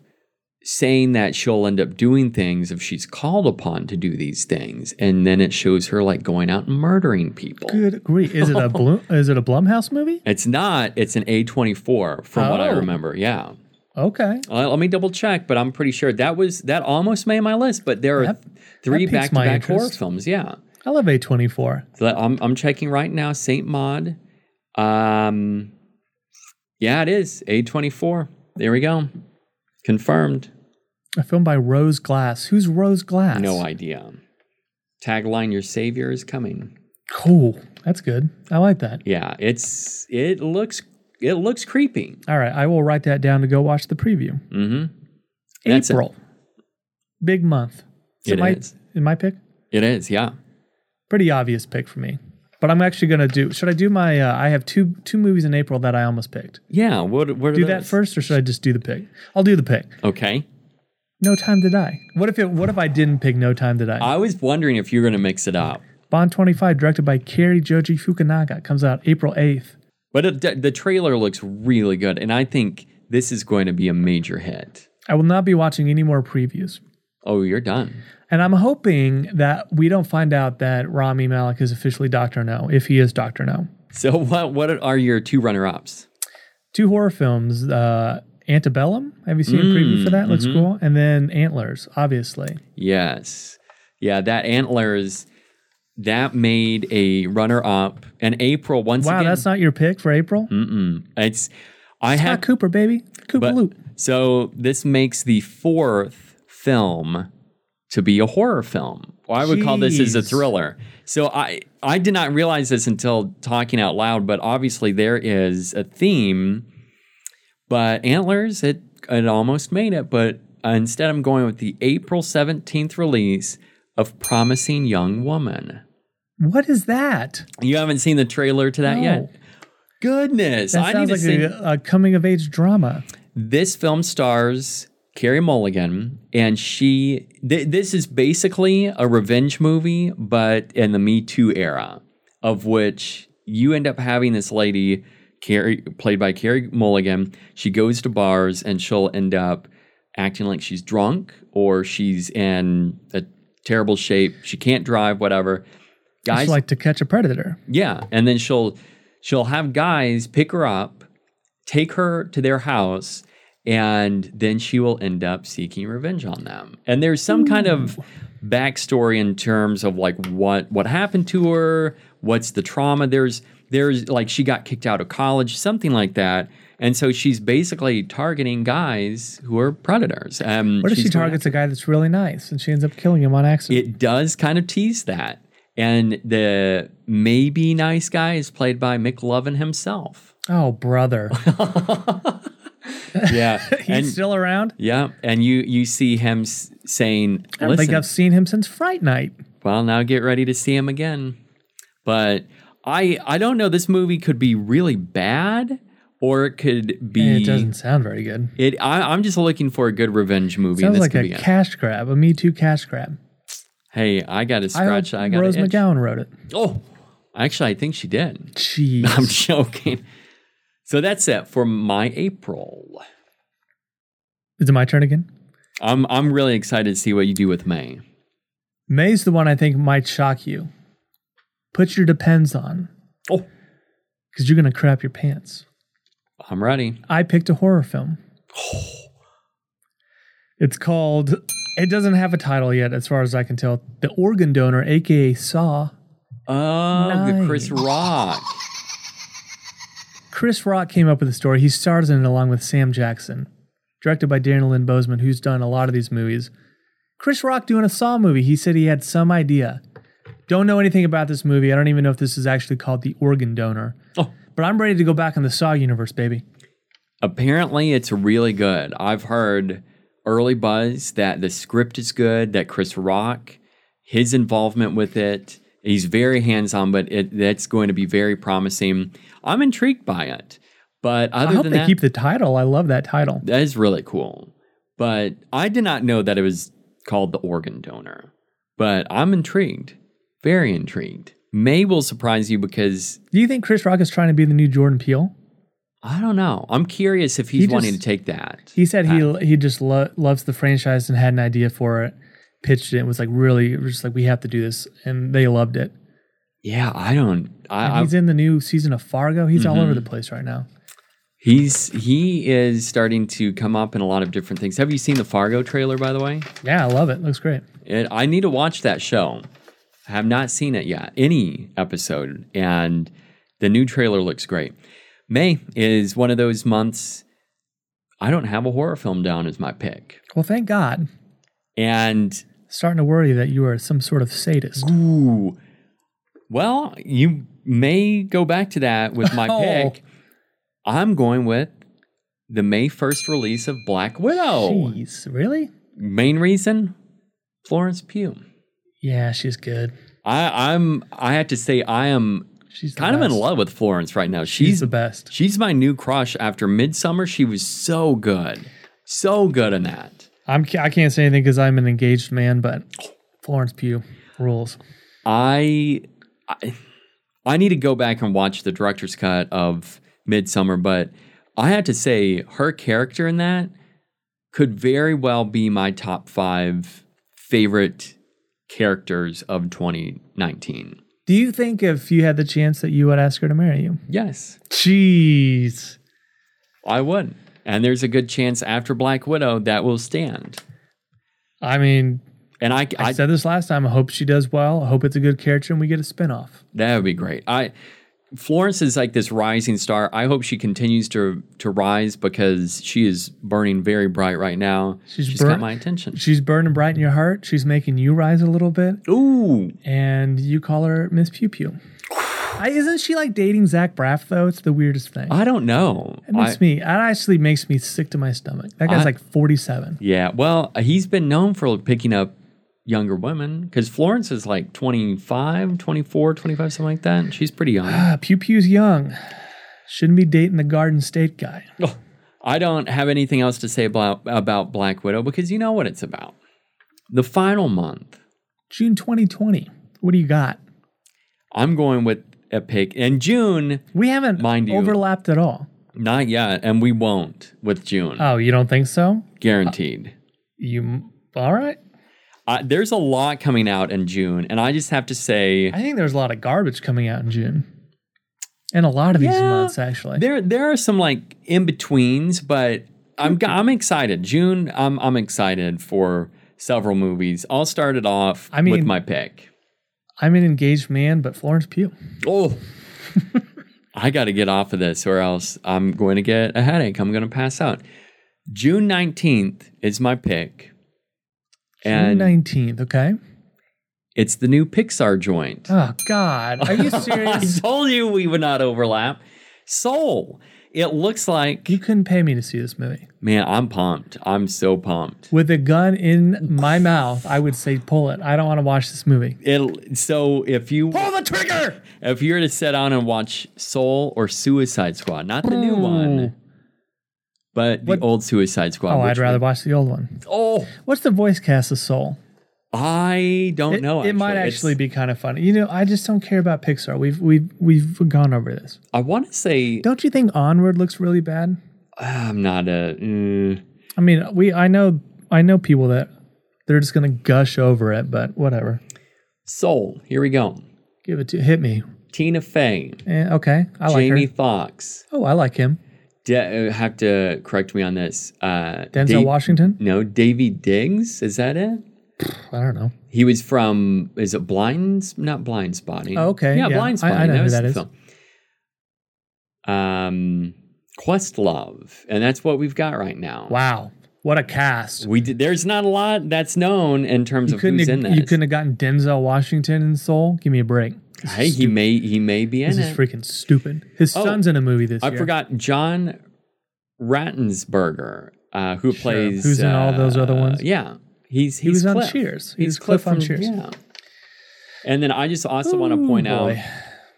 Speaker 3: saying that she'll end up doing things if she's called upon to do these things, and then it shows her like going out and murdering people.
Speaker 4: good grief is it a Blum, is it a blumhouse movie
Speaker 3: It's not. It's an A24 from what I
Speaker 4: Oh.
Speaker 3: remember. Yeah.
Speaker 4: okay
Speaker 3: Uh, let me double check, but I'm pretty sure that was that almost made my list. But there are
Speaker 4: That-
Speaker 3: three
Speaker 4: that piques my
Speaker 3: back-to-back horror
Speaker 4: interest.
Speaker 3: films. Yeah,
Speaker 4: I love A24.
Speaker 3: so that- I'm I'm checking right now. Saint Maud. Um, yeah, it is A24. There we go, confirmed.
Speaker 4: A film by Rose Glass. Who's Rose Glass?
Speaker 3: No idea. Tagline: Your savior is coming.
Speaker 4: Cool. That's good. I like that.
Speaker 3: Yeah, it's it looks it looks creepy.
Speaker 4: All right. I will write that down to go watch the preview.
Speaker 3: Mm-hmm. That's it.
Speaker 4: April. Big month.
Speaker 3: It
Speaker 4: my,
Speaker 3: is.
Speaker 4: my pick?
Speaker 3: It is. Yeah.
Speaker 4: Pretty obvious pick for me. But I'm actually going to do. Should I do my. Uh, I have two two movies in April that I almost picked.
Speaker 3: Yeah. What? What are
Speaker 4: Do that
Speaker 3: those?
Speaker 4: first or should I just do the pick? I'll do the pick.
Speaker 3: Okay.
Speaker 4: No Time to Die. What if it? What if I didn't pick No Time to Die?
Speaker 3: I was wondering if you were going to mix it up.
Speaker 4: Bond 25, directed by Kerry Joji Fukunaga, comes out April 8th.
Speaker 3: But it, the- the trailer looks really good, and I think this is going to be a major hit.
Speaker 4: I will not be watching any more previews.
Speaker 3: Oh, you're done.
Speaker 4: And I'm hoping that we don't find out that Rami Malik is officially Dr. No, if he is Dr. No.
Speaker 3: So what? What are your two runner-ups?
Speaker 4: Two horror films, uh, Antebellum. Have you
Speaker 3: Mm,
Speaker 4: seen a preview for that? Looks
Speaker 3: mm-hmm.
Speaker 4: cool. And then Antlers, obviously.
Speaker 3: Yes, yeah. That antlers that made a runner-up, and April once
Speaker 4: Wow,
Speaker 3: again.
Speaker 4: that's not your pick for April?
Speaker 3: mm-mm. it's I
Speaker 4: It's
Speaker 3: had
Speaker 4: not Cooper, baby. Cooper
Speaker 3: but-
Speaker 4: Loop.
Speaker 3: so this makes the fourth film to be a horror film. Well, I would call this as a
Speaker 4: Jeez.
Speaker 3: thriller. So I I did not realize this until talking out loud, but obviously there is a theme. But antlers, it it almost made it, but instead I'm going with the April 17th release of Promising Young Woman.
Speaker 4: What is that?
Speaker 3: You haven't seen the trailer to that
Speaker 4: No.
Speaker 3: yet? Goodness.
Speaker 4: That
Speaker 3: I need
Speaker 4: sounds
Speaker 3: to
Speaker 4: like
Speaker 3: see.
Speaker 4: a, a coming of age drama.
Speaker 3: This film stars Carrie Mulligan, and she, th- this is basically a revenge movie, but in the Me Too era, of which you end up having this lady, Carrie, played by Carrie Mulligan. She goes to bars and she'll end up acting like she's drunk or she's in a terrible shape. She can't drive, whatever.
Speaker 4: It's like to catch a predator.
Speaker 3: Yeah, and then she'll she'll have guys pick her up, take her to their house, and then she will end up seeking revenge on them. And there's some kind of backstory in terms of like what what happened to her, what's the trauma. There's there's like she got kicked out of college, something like that. And so she's basically targeting guys who are predators. Um,
Speaker 4: What if she
Speaker 3: she's going
Speaker 4: targets a guy that's really nice and she ends up killing him on accident?
Speaker 3: it does kind of tease that. And the maybe nice guy is played by Mick Lovin himself.
Speaker 4: oh, brother.
Speaker 3: Yeah.
Speaker 4: He's
Speaker 3: and
Speaker 4: still around?
Speaker 3: yeah, and you you see him s- saying,
Speaker 4: I don't think
Speaker 3: "Listen,
Speaker 4: I've seen him since Fright Night.
Speaker 3: well, now get ready to see him again." But I I don't know this movie could be really bad or it could
Speaker 4: Eh,
Speaker 3: be
Speaker 4: It doesn't sound very good.
Speaker 3: it- I, am just looking for a good revenge movie. and
Speaker 4: Sounds
Speaker 3: this
Speaker 4: like
Speaker 3: could
Speaker 4: a
Speaker 3: be it.
Speaker 4: cash grab, a Me Too cash grab.
Speaker 3: Hey, I got a
Speaker 4: I hope
Speaker 3: scratch. I, got
Speaker 4: Rose
Speaker 3: an itch.
Speaker 4: McGowan wrote it.
Speaker 3: Oh, actually, I think she did.
Speaker 4: Jeez.
Speaker 3: I'm joking. So that's it for my April.
Speaker 4: Is it my turn again?
Speaker 3: I'm I'm really excited to see what you do with May.
Speaker 4: May's the one I think might shock you. Put your depends on,
Speaker 3: Oh,
Speaker 4: because you're going to crap your pants.
Speaker 3: I'm ready.
Speaker 4: I picked a horror film. It's called, it doesn't have a title yet, as far as I can tell. The Organ Donor, aka Saw.
Speaker 3: Oh, the Chris
Speaker 4: Nice.
Speaker 3: Rock.
Speaker 4: Chris Rock came up with the story. He stars in it along with Sam Jackson, directed by Daniel Lynn Bozeman, who's done a lot of these movies. Chris Rock doing a Saw movie. He said he had some idea. Don't know anything about this movie. I don't even know if this is actually called The Organ Donor.
Speaker 3: Oh.
Speaker 4: But I'm ready to go back in the Saw universe, baby.
Speaker 3: Apparently, it's really good. I've heard early buzz that the script is good. That Chris Rock, his involvement with it, he's very hands on. But it that's going to be very promising. I'm intrigued by it. But other
Speaker 4: I hope
Speaker 3: than
Speaker 4: they
Speaker 3: that,
Speaker 4: keep the title. I love that title.
Speaker 3: That is really cool. But I did not know that it was called the organ donor. But I'm intrigued. Very intrigued. May will surprise you because
Speaker 4: Do you think Chris Rock is trying to be the new Jordan Peele?
Speaker 3: I don't know. I'm curious if he's
Speaker 4: just-
Speaker 3: wanting to take that.
Speaker 4: He said he he just lo- loves the franchise and had an idea for it, pitched it, and was like, really, it was just like, we have to do this. And they loved it.
Speaker 3: Yeah, I don't.
Speaker 4: And
Speaker 3: I, Mm-hmm. I
Speaker 4: he's in the new season of Fargo. He's all over the place right now.
Speaker 3: he's he is starting to come up in a lot of different things. Have you seen the Fargo trailer, by the way?
Speaker 4: Yeah, I love it. Looks great.
Speaker 3: It, I need to watch that show. I have not seen it yet, any episode, and the new trailer looks great. May is one of those months I don't have a horror film down as my pick.
Speaker 4: Well, thank God.
Speaker 3: And
Speaker 4: Starting to worry that you are some sort of sadist.
Speaker 3: ooh, well, you may go back to that with my
Speaker 4: Oh.
Speaker 3: pick. I'm going with the May 1st release of Black Widow.
Speaker 4: Jeez, really?
Speaker 3: Main reason Florence Pugh.
Speaker 4: Yeah, she's good.
Speaker 3: I, I'm I have to say I am
Speaker 4: She's the
Speaker 3: kind of in
Speaker 4: best.
Speaker 3: love with Florence right now.
Speaker 4: She's
Speaker 3: She's
Speaker 4: the best.
Speaker 3: she's my new crush after Midsummer. She was so good, so good in that.
Speaker 4: I'm. ca- I can't say anything because I'm an engaged man, but Florence Pugh rules.
Speaker 3: I, I I need to go back and watch the director's cut of Midsummer, but I had to say her character in that could very well be my top five favorite characters of 2019.
Speaker 4: Do you think if you had the chance that you would ask her to marry you?
Speaker 3: Yes.
Speaker 4: Jeez.
Speaker 3: I would. And there's a good chance after Black Widow that will stand.
Speaker 4: I mean,
Speaker 3: And I,
Speaker 4: I,
Speaker 3: I
Speaker 4: said this last time. I hope she does well. I hope it's a good character and we get a spinoff.
Speaker 3: that would be great. I Florence is like this rising star. I hope she continues to to rise because she is burning very bright right now.
Speaker 4: She's
Speaker 3: she's
Speaker 4: burn-
Speaker 3: got my attention.
Speaker 4: She's burning bright in your heart. She's making you rise a little bit,
Speaker 3: Ooh,
Speaker 4: and you call her Miss Pew Pew. I, isn't she like dating Zach Braff though? It's the weirdest thing.
Speaker 3: I don't know.
Speaker 4: it makes
Speaker 3: Uh, I-
Speaker 4: me. That actually makes me sick to my stomach. That guy's
Speaker 3: I-
Speaker 4: like forty-seven.
Speaker 3: yeah. Well, he's been known for picking up younger women because Florence is like 25, 24, 25, something like that. She's pretty young.
Speaker 4: Ah, Pew Pew's young. Shouldn't be dating the Garden State guy.
Speaker 3: I don't have anything else to say about, about Black Widow because you know what it's about. The final month,
Speaker 4: June 2020. What do you got?
Speaker 3: I'm going with a pick. And June,
Speaker 4: We haven't
Speaker 3: Mind you-
Speaker 4: overlapped at all.
Speaker 3: not yet. And we won't with June,
Speaker 4: Oh, you don't think so? uh,
Speaker 3: guaranteed.
Speaker 4: You m- all right?
Speaker 3: I, there's a lot coming out in June. And I just have to say,
Speaker 4: I think there's a lot of garbage coming out in June, and a lot of these
Speaker 3: Yeah.
Speaker 4: months actually.
Speaker 3: There, there are some like in betweens, but I'm I'm excited. June, I'm I'm excited for several movies. I'll start it off
Speaker 4: I
Speaker 3: with
Speaker 4: mean-
Speaker 3: my pick.
Speaker 4: I'm an engaged man, but Florence Pugh.
Speaker 3: Oh, I got to get off of this, or else I'm going to get a headache. I'm going to pass out. June nineteenth is my pick, and
Speaker 4: June 19th. Okay.
Speaker 3: it's the new Pixar joint.
Speaker 4: Oh God, are you
Speaker 3: I
Speaker 4: serious?
Speaker 3: told you we would not overlap. Soul. It looks like
Speaker 4: you couldn't pay me to see this movie.
Speaker 3: man. I'm pumped. I'm so pumped.
Speaker 4: With a gun in my mouth, I would say pull it. I don't want to watch this movie.
Speaker 3: It so if you
Speaker 4: the trigger.
Speaker 3: if you were to sit down and watch Soul or Suicide Squad, not the
Speaker 4: Oh.
Speaker 3: new one, but the
Speaker 4: Hmm. What-
Speaker 3: old Suicide Squad.
Speaker 4: Oh, I'd
Speaker 3: which
Speaker 4: rather
Speaker 3: would-
Speaker 4: watch the old one.
Speaker 3: Oh,
Speaker 4: What's the voice cast of Soul?
Speaker 3: I don't
Speaker 4: It,
Speaker 3: know.
Speaker 4: it might
Speaker 3: It's-
Speaker 4: actually be kind of funny. You know, I just don't care about Pixar. We've we've we've gone over this.
Speaker 3: I want to say
Speaker 4: Don't you think Onward looks really bad?
Speaker 3: I'm not a. mm,
Speaker 4: I mean, we I know I know people that they're just gonna gush over it, but whatever.
Speaker 3: Soul. Here we go.
Speaker 4: Give it to hit me.
Speaker 3: Tina Fey,
Speaker 4: Eh, okay, I like
Speaker 3: Jamie
Speaker 4: her.
Speaker 3: Foxx.
Speaker 4: Oh, I like him.
Speaker 3: De- uh, have to correct me on this. Uh,
Speaker 4: Denzel
Speaker 3: Da-
Speaker 4: Washington.
Speaker 3: No, Davy Diggs. Is that it?
Speaker 4: I don't know.
Speaker 3: He was from is it Blinds? Not Blind Spotting.
Speaker 4: Oh, okay,
Speaker 3: Yeah,
Speaker 4: yeah.
Speaker 3: Blind
Speaker 4: I- I
Speaker 3: Spotting.
Speaker 4: know who
Speaker 3: was
Speaker 4: that
Speaker 3: the
Speaker 4: is.
Speaker 3: Film. Um, Questlove, and that's what we've got right now.
Speaker 4: Wow, what a cast!
Speaker 3: We did, there's not a lot that's known in terms
Speaker 4: You
Speaker 3: of who's
Speaker 4: couldn't
Speaker 3: in
Speaker 4: have,
Speaker 3: that.
Speaker 4: you couldn't have gotten Denzel Washington in Soul. Give me a break. This is
Speaker 3: Hey, he
Speaker 4: stupid.
Speaker 3: may he may be in
Speaker 4: this is
Speaker 3: it.
Speaker 4: freaking stupid. His
Speaker 3: Oh,
Speaker 4: son's in a movie this
Speaker 3: I
Speaker 4: year.
Speaker 3: forgot John Rattensberger, uh, who
Speaker 4: Sure,
Speaker 3: plays
Speaker 4: who's in all those other
Speaker 3: uh,
Speaker 4: ones.
Speaker 3: Yeah, he's he's
Speaker 4: He was on
Speaker 3: Cliff.
Speaker 4: Cheers. He
Speaker 3: He's
Speaker 4: was Cliff on
Speaker 3: from-
Speaker 4: Cheers.
Speaker 3: Yeah. And then I just also want to
Speaker 4: Ooh,
Speaker 3: point out
Speaker 4: boy.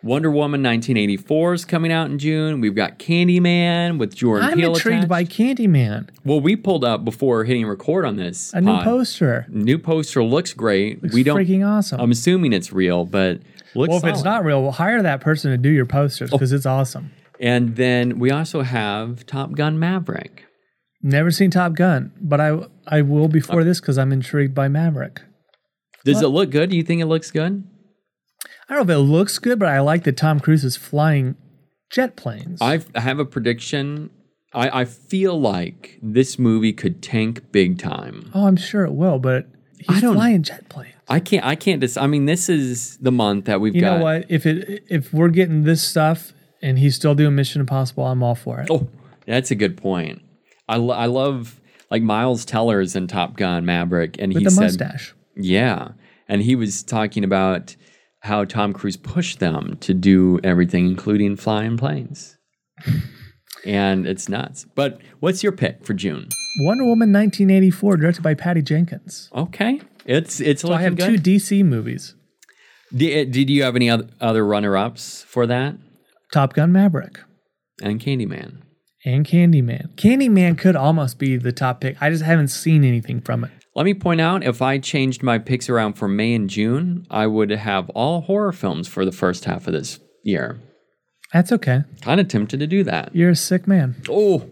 Speaker 3: Wonder Woman 1984 is coming out in June. We've got Candyman with Jordan
Speaker 4: I'm
Speaker 3: Peele.
Speaker 4: intrigued
Speaker 3: attached.
Speaker 4: by Candyman.
Speaker 3: Well, we pulled up before hitting record on this.
Speaker 4: A new
Speaker 3: pod.
Speaker 4: poster.
Speaker 3: New poster looks great.
Speaker 4: Looks
Speaker 3: we don't.
Speaker 4: freaking awesome.
Speaker 3: I'm assuming it's real, but looks.
Speaker 4: well, if it's
Speaker 3: solid. Oh.
Speaker 4: not real, well, hire that person to do your posters because it's awesome.
Speaker 3: And then we also have Top Gun Maverick.
Speaker 4: Never seen Top Gun, but I I will
Speaker 3: Uh,
Speaker 4: before this because I'm intrigued by Maverick.
Speaker 3: Does it look good? Do you think it looks good?
Speaker 4: I don't know if it looks good, but I like that Tom Cruise is flying jet planes.
Speaker 3: I've, I have a prediction. I, I feel like this movie could tank big time.
Speaker 4: oh, I'm sure it will, but he's
Speaker 3: I don't-
Speaker 4: flying jet planes.
Speaker 3: I can't. I can't. Dis- I mean, this is the month that we've
Speaker 4: You
Speaker 3: got.
Speaker 4: know what? If it if we're getting this stuff and he's still doing Mission Impossible, I'm all for it.
Speaker 3: Oh, that's a good point. I, lo- I love like Miles Teller's in Top Gun Maverick, and
Speaker 4: With
Speaker 3: he
Speaker 4: the
Speaker 3: said,
Speaker 4: mustache.
Speaker 3: "Yeah," and he was talking about how Tom Cruise pushed them to do everything, including flying planes. and it's nuts. But what's your pick for June?
Speaker 4: Wonder Woman 1984, directed by Patty Jenkins.
Speaker 3: Okay, it's it's
Speaker 4: So
Speaker 3: looking
Speaker 4: I have two
Speaker 3: good.
Speaker 4: DC movies:
Speaker 3: D- did you have any other other runner ups for that?
Speaker 4: Top Gun, Maverick,
Speaker 3: And Candyman.
Speaker 4: and Candyman. Candyman could almost be the top pick. I just haven't seen anything from it.
Speaker 3: Let me point out if I changed my picks around for May and June, I would have all horror films for the first half of this year.
Speaker 4: That's okay.
Speaker 3: Kind of tempted to do that.
Speaker 4: You're a sick man.
Speaker 3: Oh,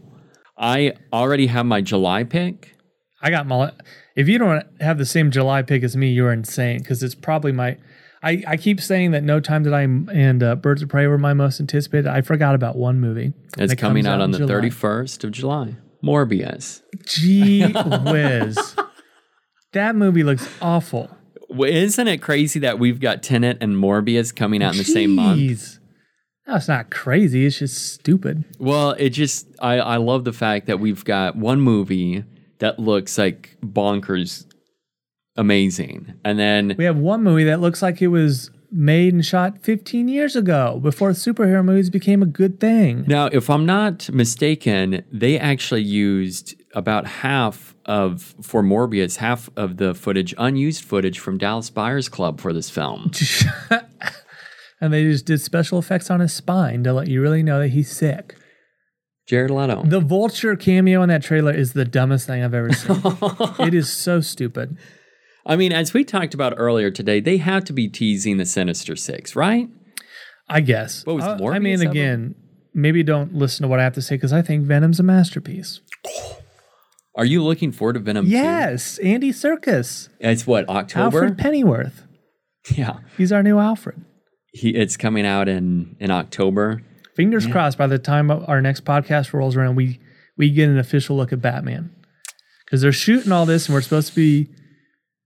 Speaker 3: I already have my July pick.
Speaker 4: I got my. If you don't have the same July pick as me, you're insane. Because it's probably my. I, I keep saying that No Time Did I and uh, Birds of Prey were my most anticipated. I forgot about one movie.
Speaker 3: It's
Speaker 4: that
Speaker 3: coming
Speaker 4: comes
Speaker 3: out on
Speaker 4: in
Speaker 3: the
Speaker 4: July.
Speaker 3: 31st of July. Morbius.
Speaker 4: Gee whiz. that movie looks awful.
Speaker 3: W- Isn't it crazy that we've got Tenet and Morbius coming out in the same month?
Speaker 4: Jeez. No, it's not crazy. It's just stupid.
Speaker 3: Well, it just, I, I love the fact that we've got one movie that looks like bonkers amazing. And then
Speaker 4: We have one movie that looks like it was made and shot 15 years ago before superhero movies became a good thing.
Speaker 3: Now, if I'm not mistaken, they actually used about half of for Morbius, half of the footage, unused footage from Dallas Buyers Club for this film.
Speaker 4: and they just did special effects on his spine to let you really know that he's sick.
Speaker 3: Jared Leto.
Speaker 4: The vulture cameo in that trailer is the dumbest thing I've ever seen. it is so stupid.
Speaker 3: I mean, as we talked about earlier today, they have to be teasing the Sinister Six, right?
Speaker 4: I guess.
Speaker 3: What was
Speaker 4: I- I
Speaker 3: Morbius
Speaker 4: mean,
Speaker 3: ever?
Speaker 4: again, maybe don't listen to what I have to say because I think Venom's a masterpiece.
Speaker 3: Are you looking forward to Venom? 2?
Speaker 4: Yes, Andy Circus,
Speaker 3: It's what October.
Speaker 4: Alfred Pennyworth.
Speaker 3: Yeah,
Speaker 4: He's our new Alfred.
Speaker 3: he, it's coming out in in October.
Speaker 4: Fingers crossed. By the time our next podcast rolls around, we we get an official look at Batman because they're shooting all this, and we're supposed to be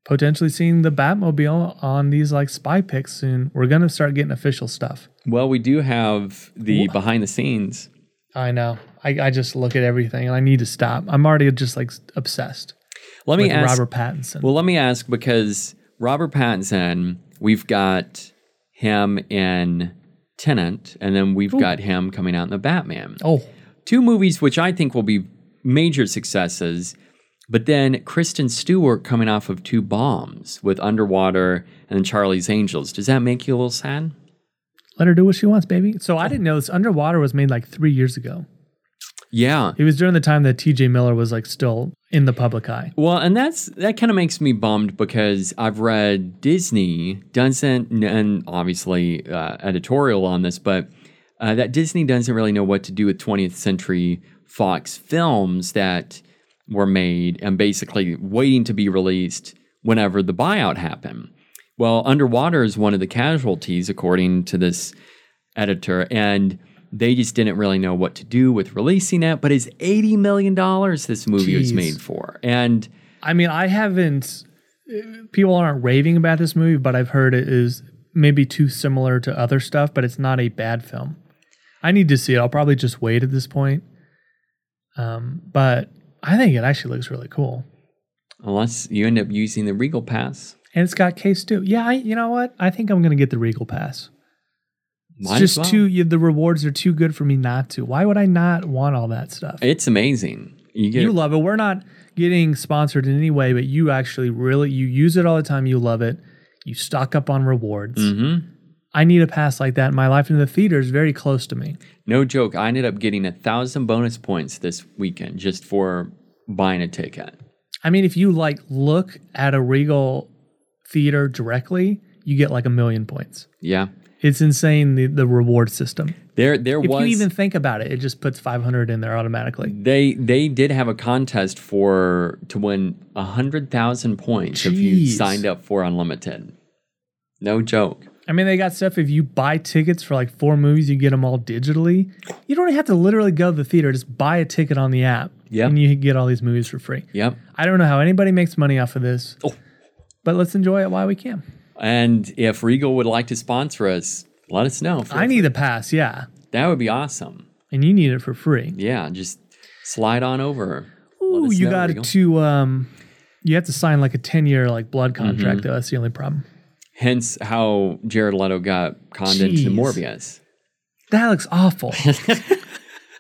Speaker 4: potentially seeing the Batmobile on these like spy picks soon. We're gonna start getting official stuff.
Speaker 3: Well, we do have the behind the scenes.
Speaker 4: I know. I, I just look at everything, and I need to stop. I'm already just like obsessed
Speaker 3: Let me
Speaker 4: with
Speaker 3: ask.
Speaker 4: Robert Pattinson.
Speaker 3: Well, let me ask because Robert Pattinson, we've got him in Tenant, and then we've got him coming out in the Batman.
Speaker 4: oh,
Speaker 3: Two movies which I think will be major successes. But then Kristen Stewart coming off of two bombs with Underwater and Charlie's Angels. Does that make you a little sad?
Speaker 4: let her do what she wants, baby. So I didn't know this. Underwater was made like three years ago.
Speaker 3: Yeah.
Speaker 4: It was during the time that T.J. Miller was like still in the public eye.
Speaker 3: Well, and that's that kind of makes me bummed because I've read Disney doesn't, and obviously uh, editorial on this, but uh, that Disney doesn't really know what to do with 20th Century Fox films that were made and basically waiting to be released whenever the buyout happened. Well, Underwater is one of the casualties, according to this editor, and they just didn't really know what to do with releasing it. But it's $80 million this movie was
Speaker 4: Jeez.
Speaker 3: made for. And
Speaker 4: I mean, I haven't. People aren't raving about this movie, but I've heard it is maybe too similar to other stuff, but it's not a bad film. I need to see it. I'll probably just wait at this point. Um, but I think it actually looks really cool,
Speaker 3: unless you end up using the Regal Pass,
Speaker 4: and it's got case too. Yeah, I, you know what? I think I'm gonna get the Regal Pass. It's
Speaker 3: might as
Speaker 4: just
Speaker 3: well.
Speaker 4: too. You, the rewards are too good for me not to. Why would I not want all that stuff?
Speaker 3: It's amazing. You get
Speaker 4: You love it. We're not getting sponsored in any way, but you actually really you use it all the time. You love it. You stock up on rewards.
Speaker 3: Mhm.
Speaker 4: I need a pass like that in my life, and the theater is very close to me.
Speaker 3: no joke. I ended up getting a thousand bonus points this weekend just for buying a ticket.
Speaker 4: I mean, if you like look at a Regal theater directly, you get like a million points.
Speaker 3: Yeah,
Speaker 4: It's insane the, the reward system.
Speaker 3: there there
Speaker 4: If
Speaker 3: was
Speaker 4: you even think about it, it just puts 500 in there automatically.
Speaker 3: they they did have a contest for to win a hundred thousand points if you
Speaker 4: Jeez.
Speaker 3: signed up for unlimited. No joke.
Speaker 4: I mean, they got stuff if you buy tickets for like four movies, you get them all digitally. You don't have to literally go to the theater, just buy a ticket on the app.
Speaker 3: Yeah.
Speaker 4: And you get all these movies for free.
Speaker 3: Yep.
Speaker 4: I don't know how anybody makes money off of this.
Speaker 3: Oh.
Speaker 4: But let's enjoy it while we can.
Speaker 3: And if Regal would like to sponsor us, let us know.
Speaker 4: I need a pass, yeah.
Speaker 3: that would be awesome.
Speaker 4: And you need it for free.
Speaker 3: Yeah, just slide on over. Let
Speaker 4: Ooh,
Speaker 3: us
Speaker 4: you
Speaker 3: know,
Speaker 4: got
Speaker 3: Regal.
Speaker 4: to um you have to sign like a 10 year like blood
Speaker 3: Mm-hmm.
Speaker 4: contract though. That's the only problem.
Speaker 3: Hence how Jared Leto got conned into
Speaker 4: Jeez.
Speaker 3: Morbius.
Speaker 4: That looks awful.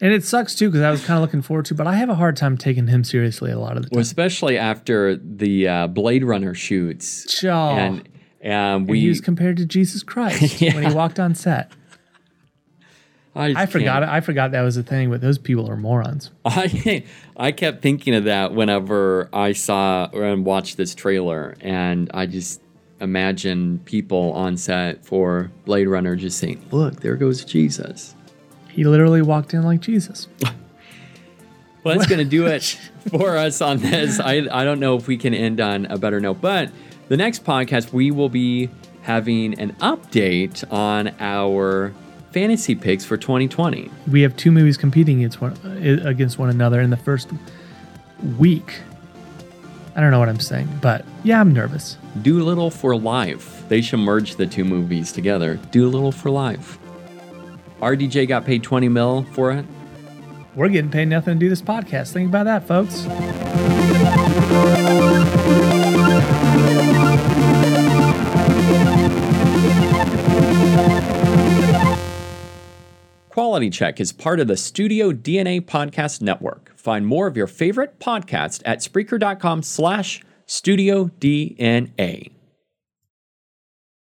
Speaker 4: and it sucks too because I was kind of looking forward to, but I have a hard time taking him seriously a lot of the time.
Speaker 3: Well, especially after the uh, Blade Runner shoots.
Speaker 4: Chaw.
Speaker 3: And um,
Speaker 4: Oh. And
Speaker 3: we
Speaker 4: he was compared to Jesus Christ when he walked on set.
Speaker 3: just
Speaker 4: I forgot
Speaker 3: can't-
Speaker 4: it. I forgot that was a thing, but those people are morons.
Speaker 3: I I kept thinking of that whenever I saw and watched this trailer, and I just imagine people on set for Blade Runner just saying, "Look, there goes Jesus."
Speaker 4: He literally walked in like Jesus.
Speaker 3: Well, that's going to do it for us on this. I, I don't know if we can end on a better note, but the next podcast, we will be having an update on our fantasy picks for 2020.
Speaker 4: We have two movies competing against one, uh, against one another in the first week. I don't know what I'm saying, but yeah, I'm nervous.
Speaker 3: Doolittle for Life. They should merge the two movies together. Doolittle for Life. RDJ got paid 20 mil for it.
Speaker 4: We're getting paid nothing to do this podcast. Think about that, folks.
Speaker 3: Quality Check is part of the Studio DNA Podcast Network. Find more of your favorite podcasts at Spreaker.com slash Studio DNA.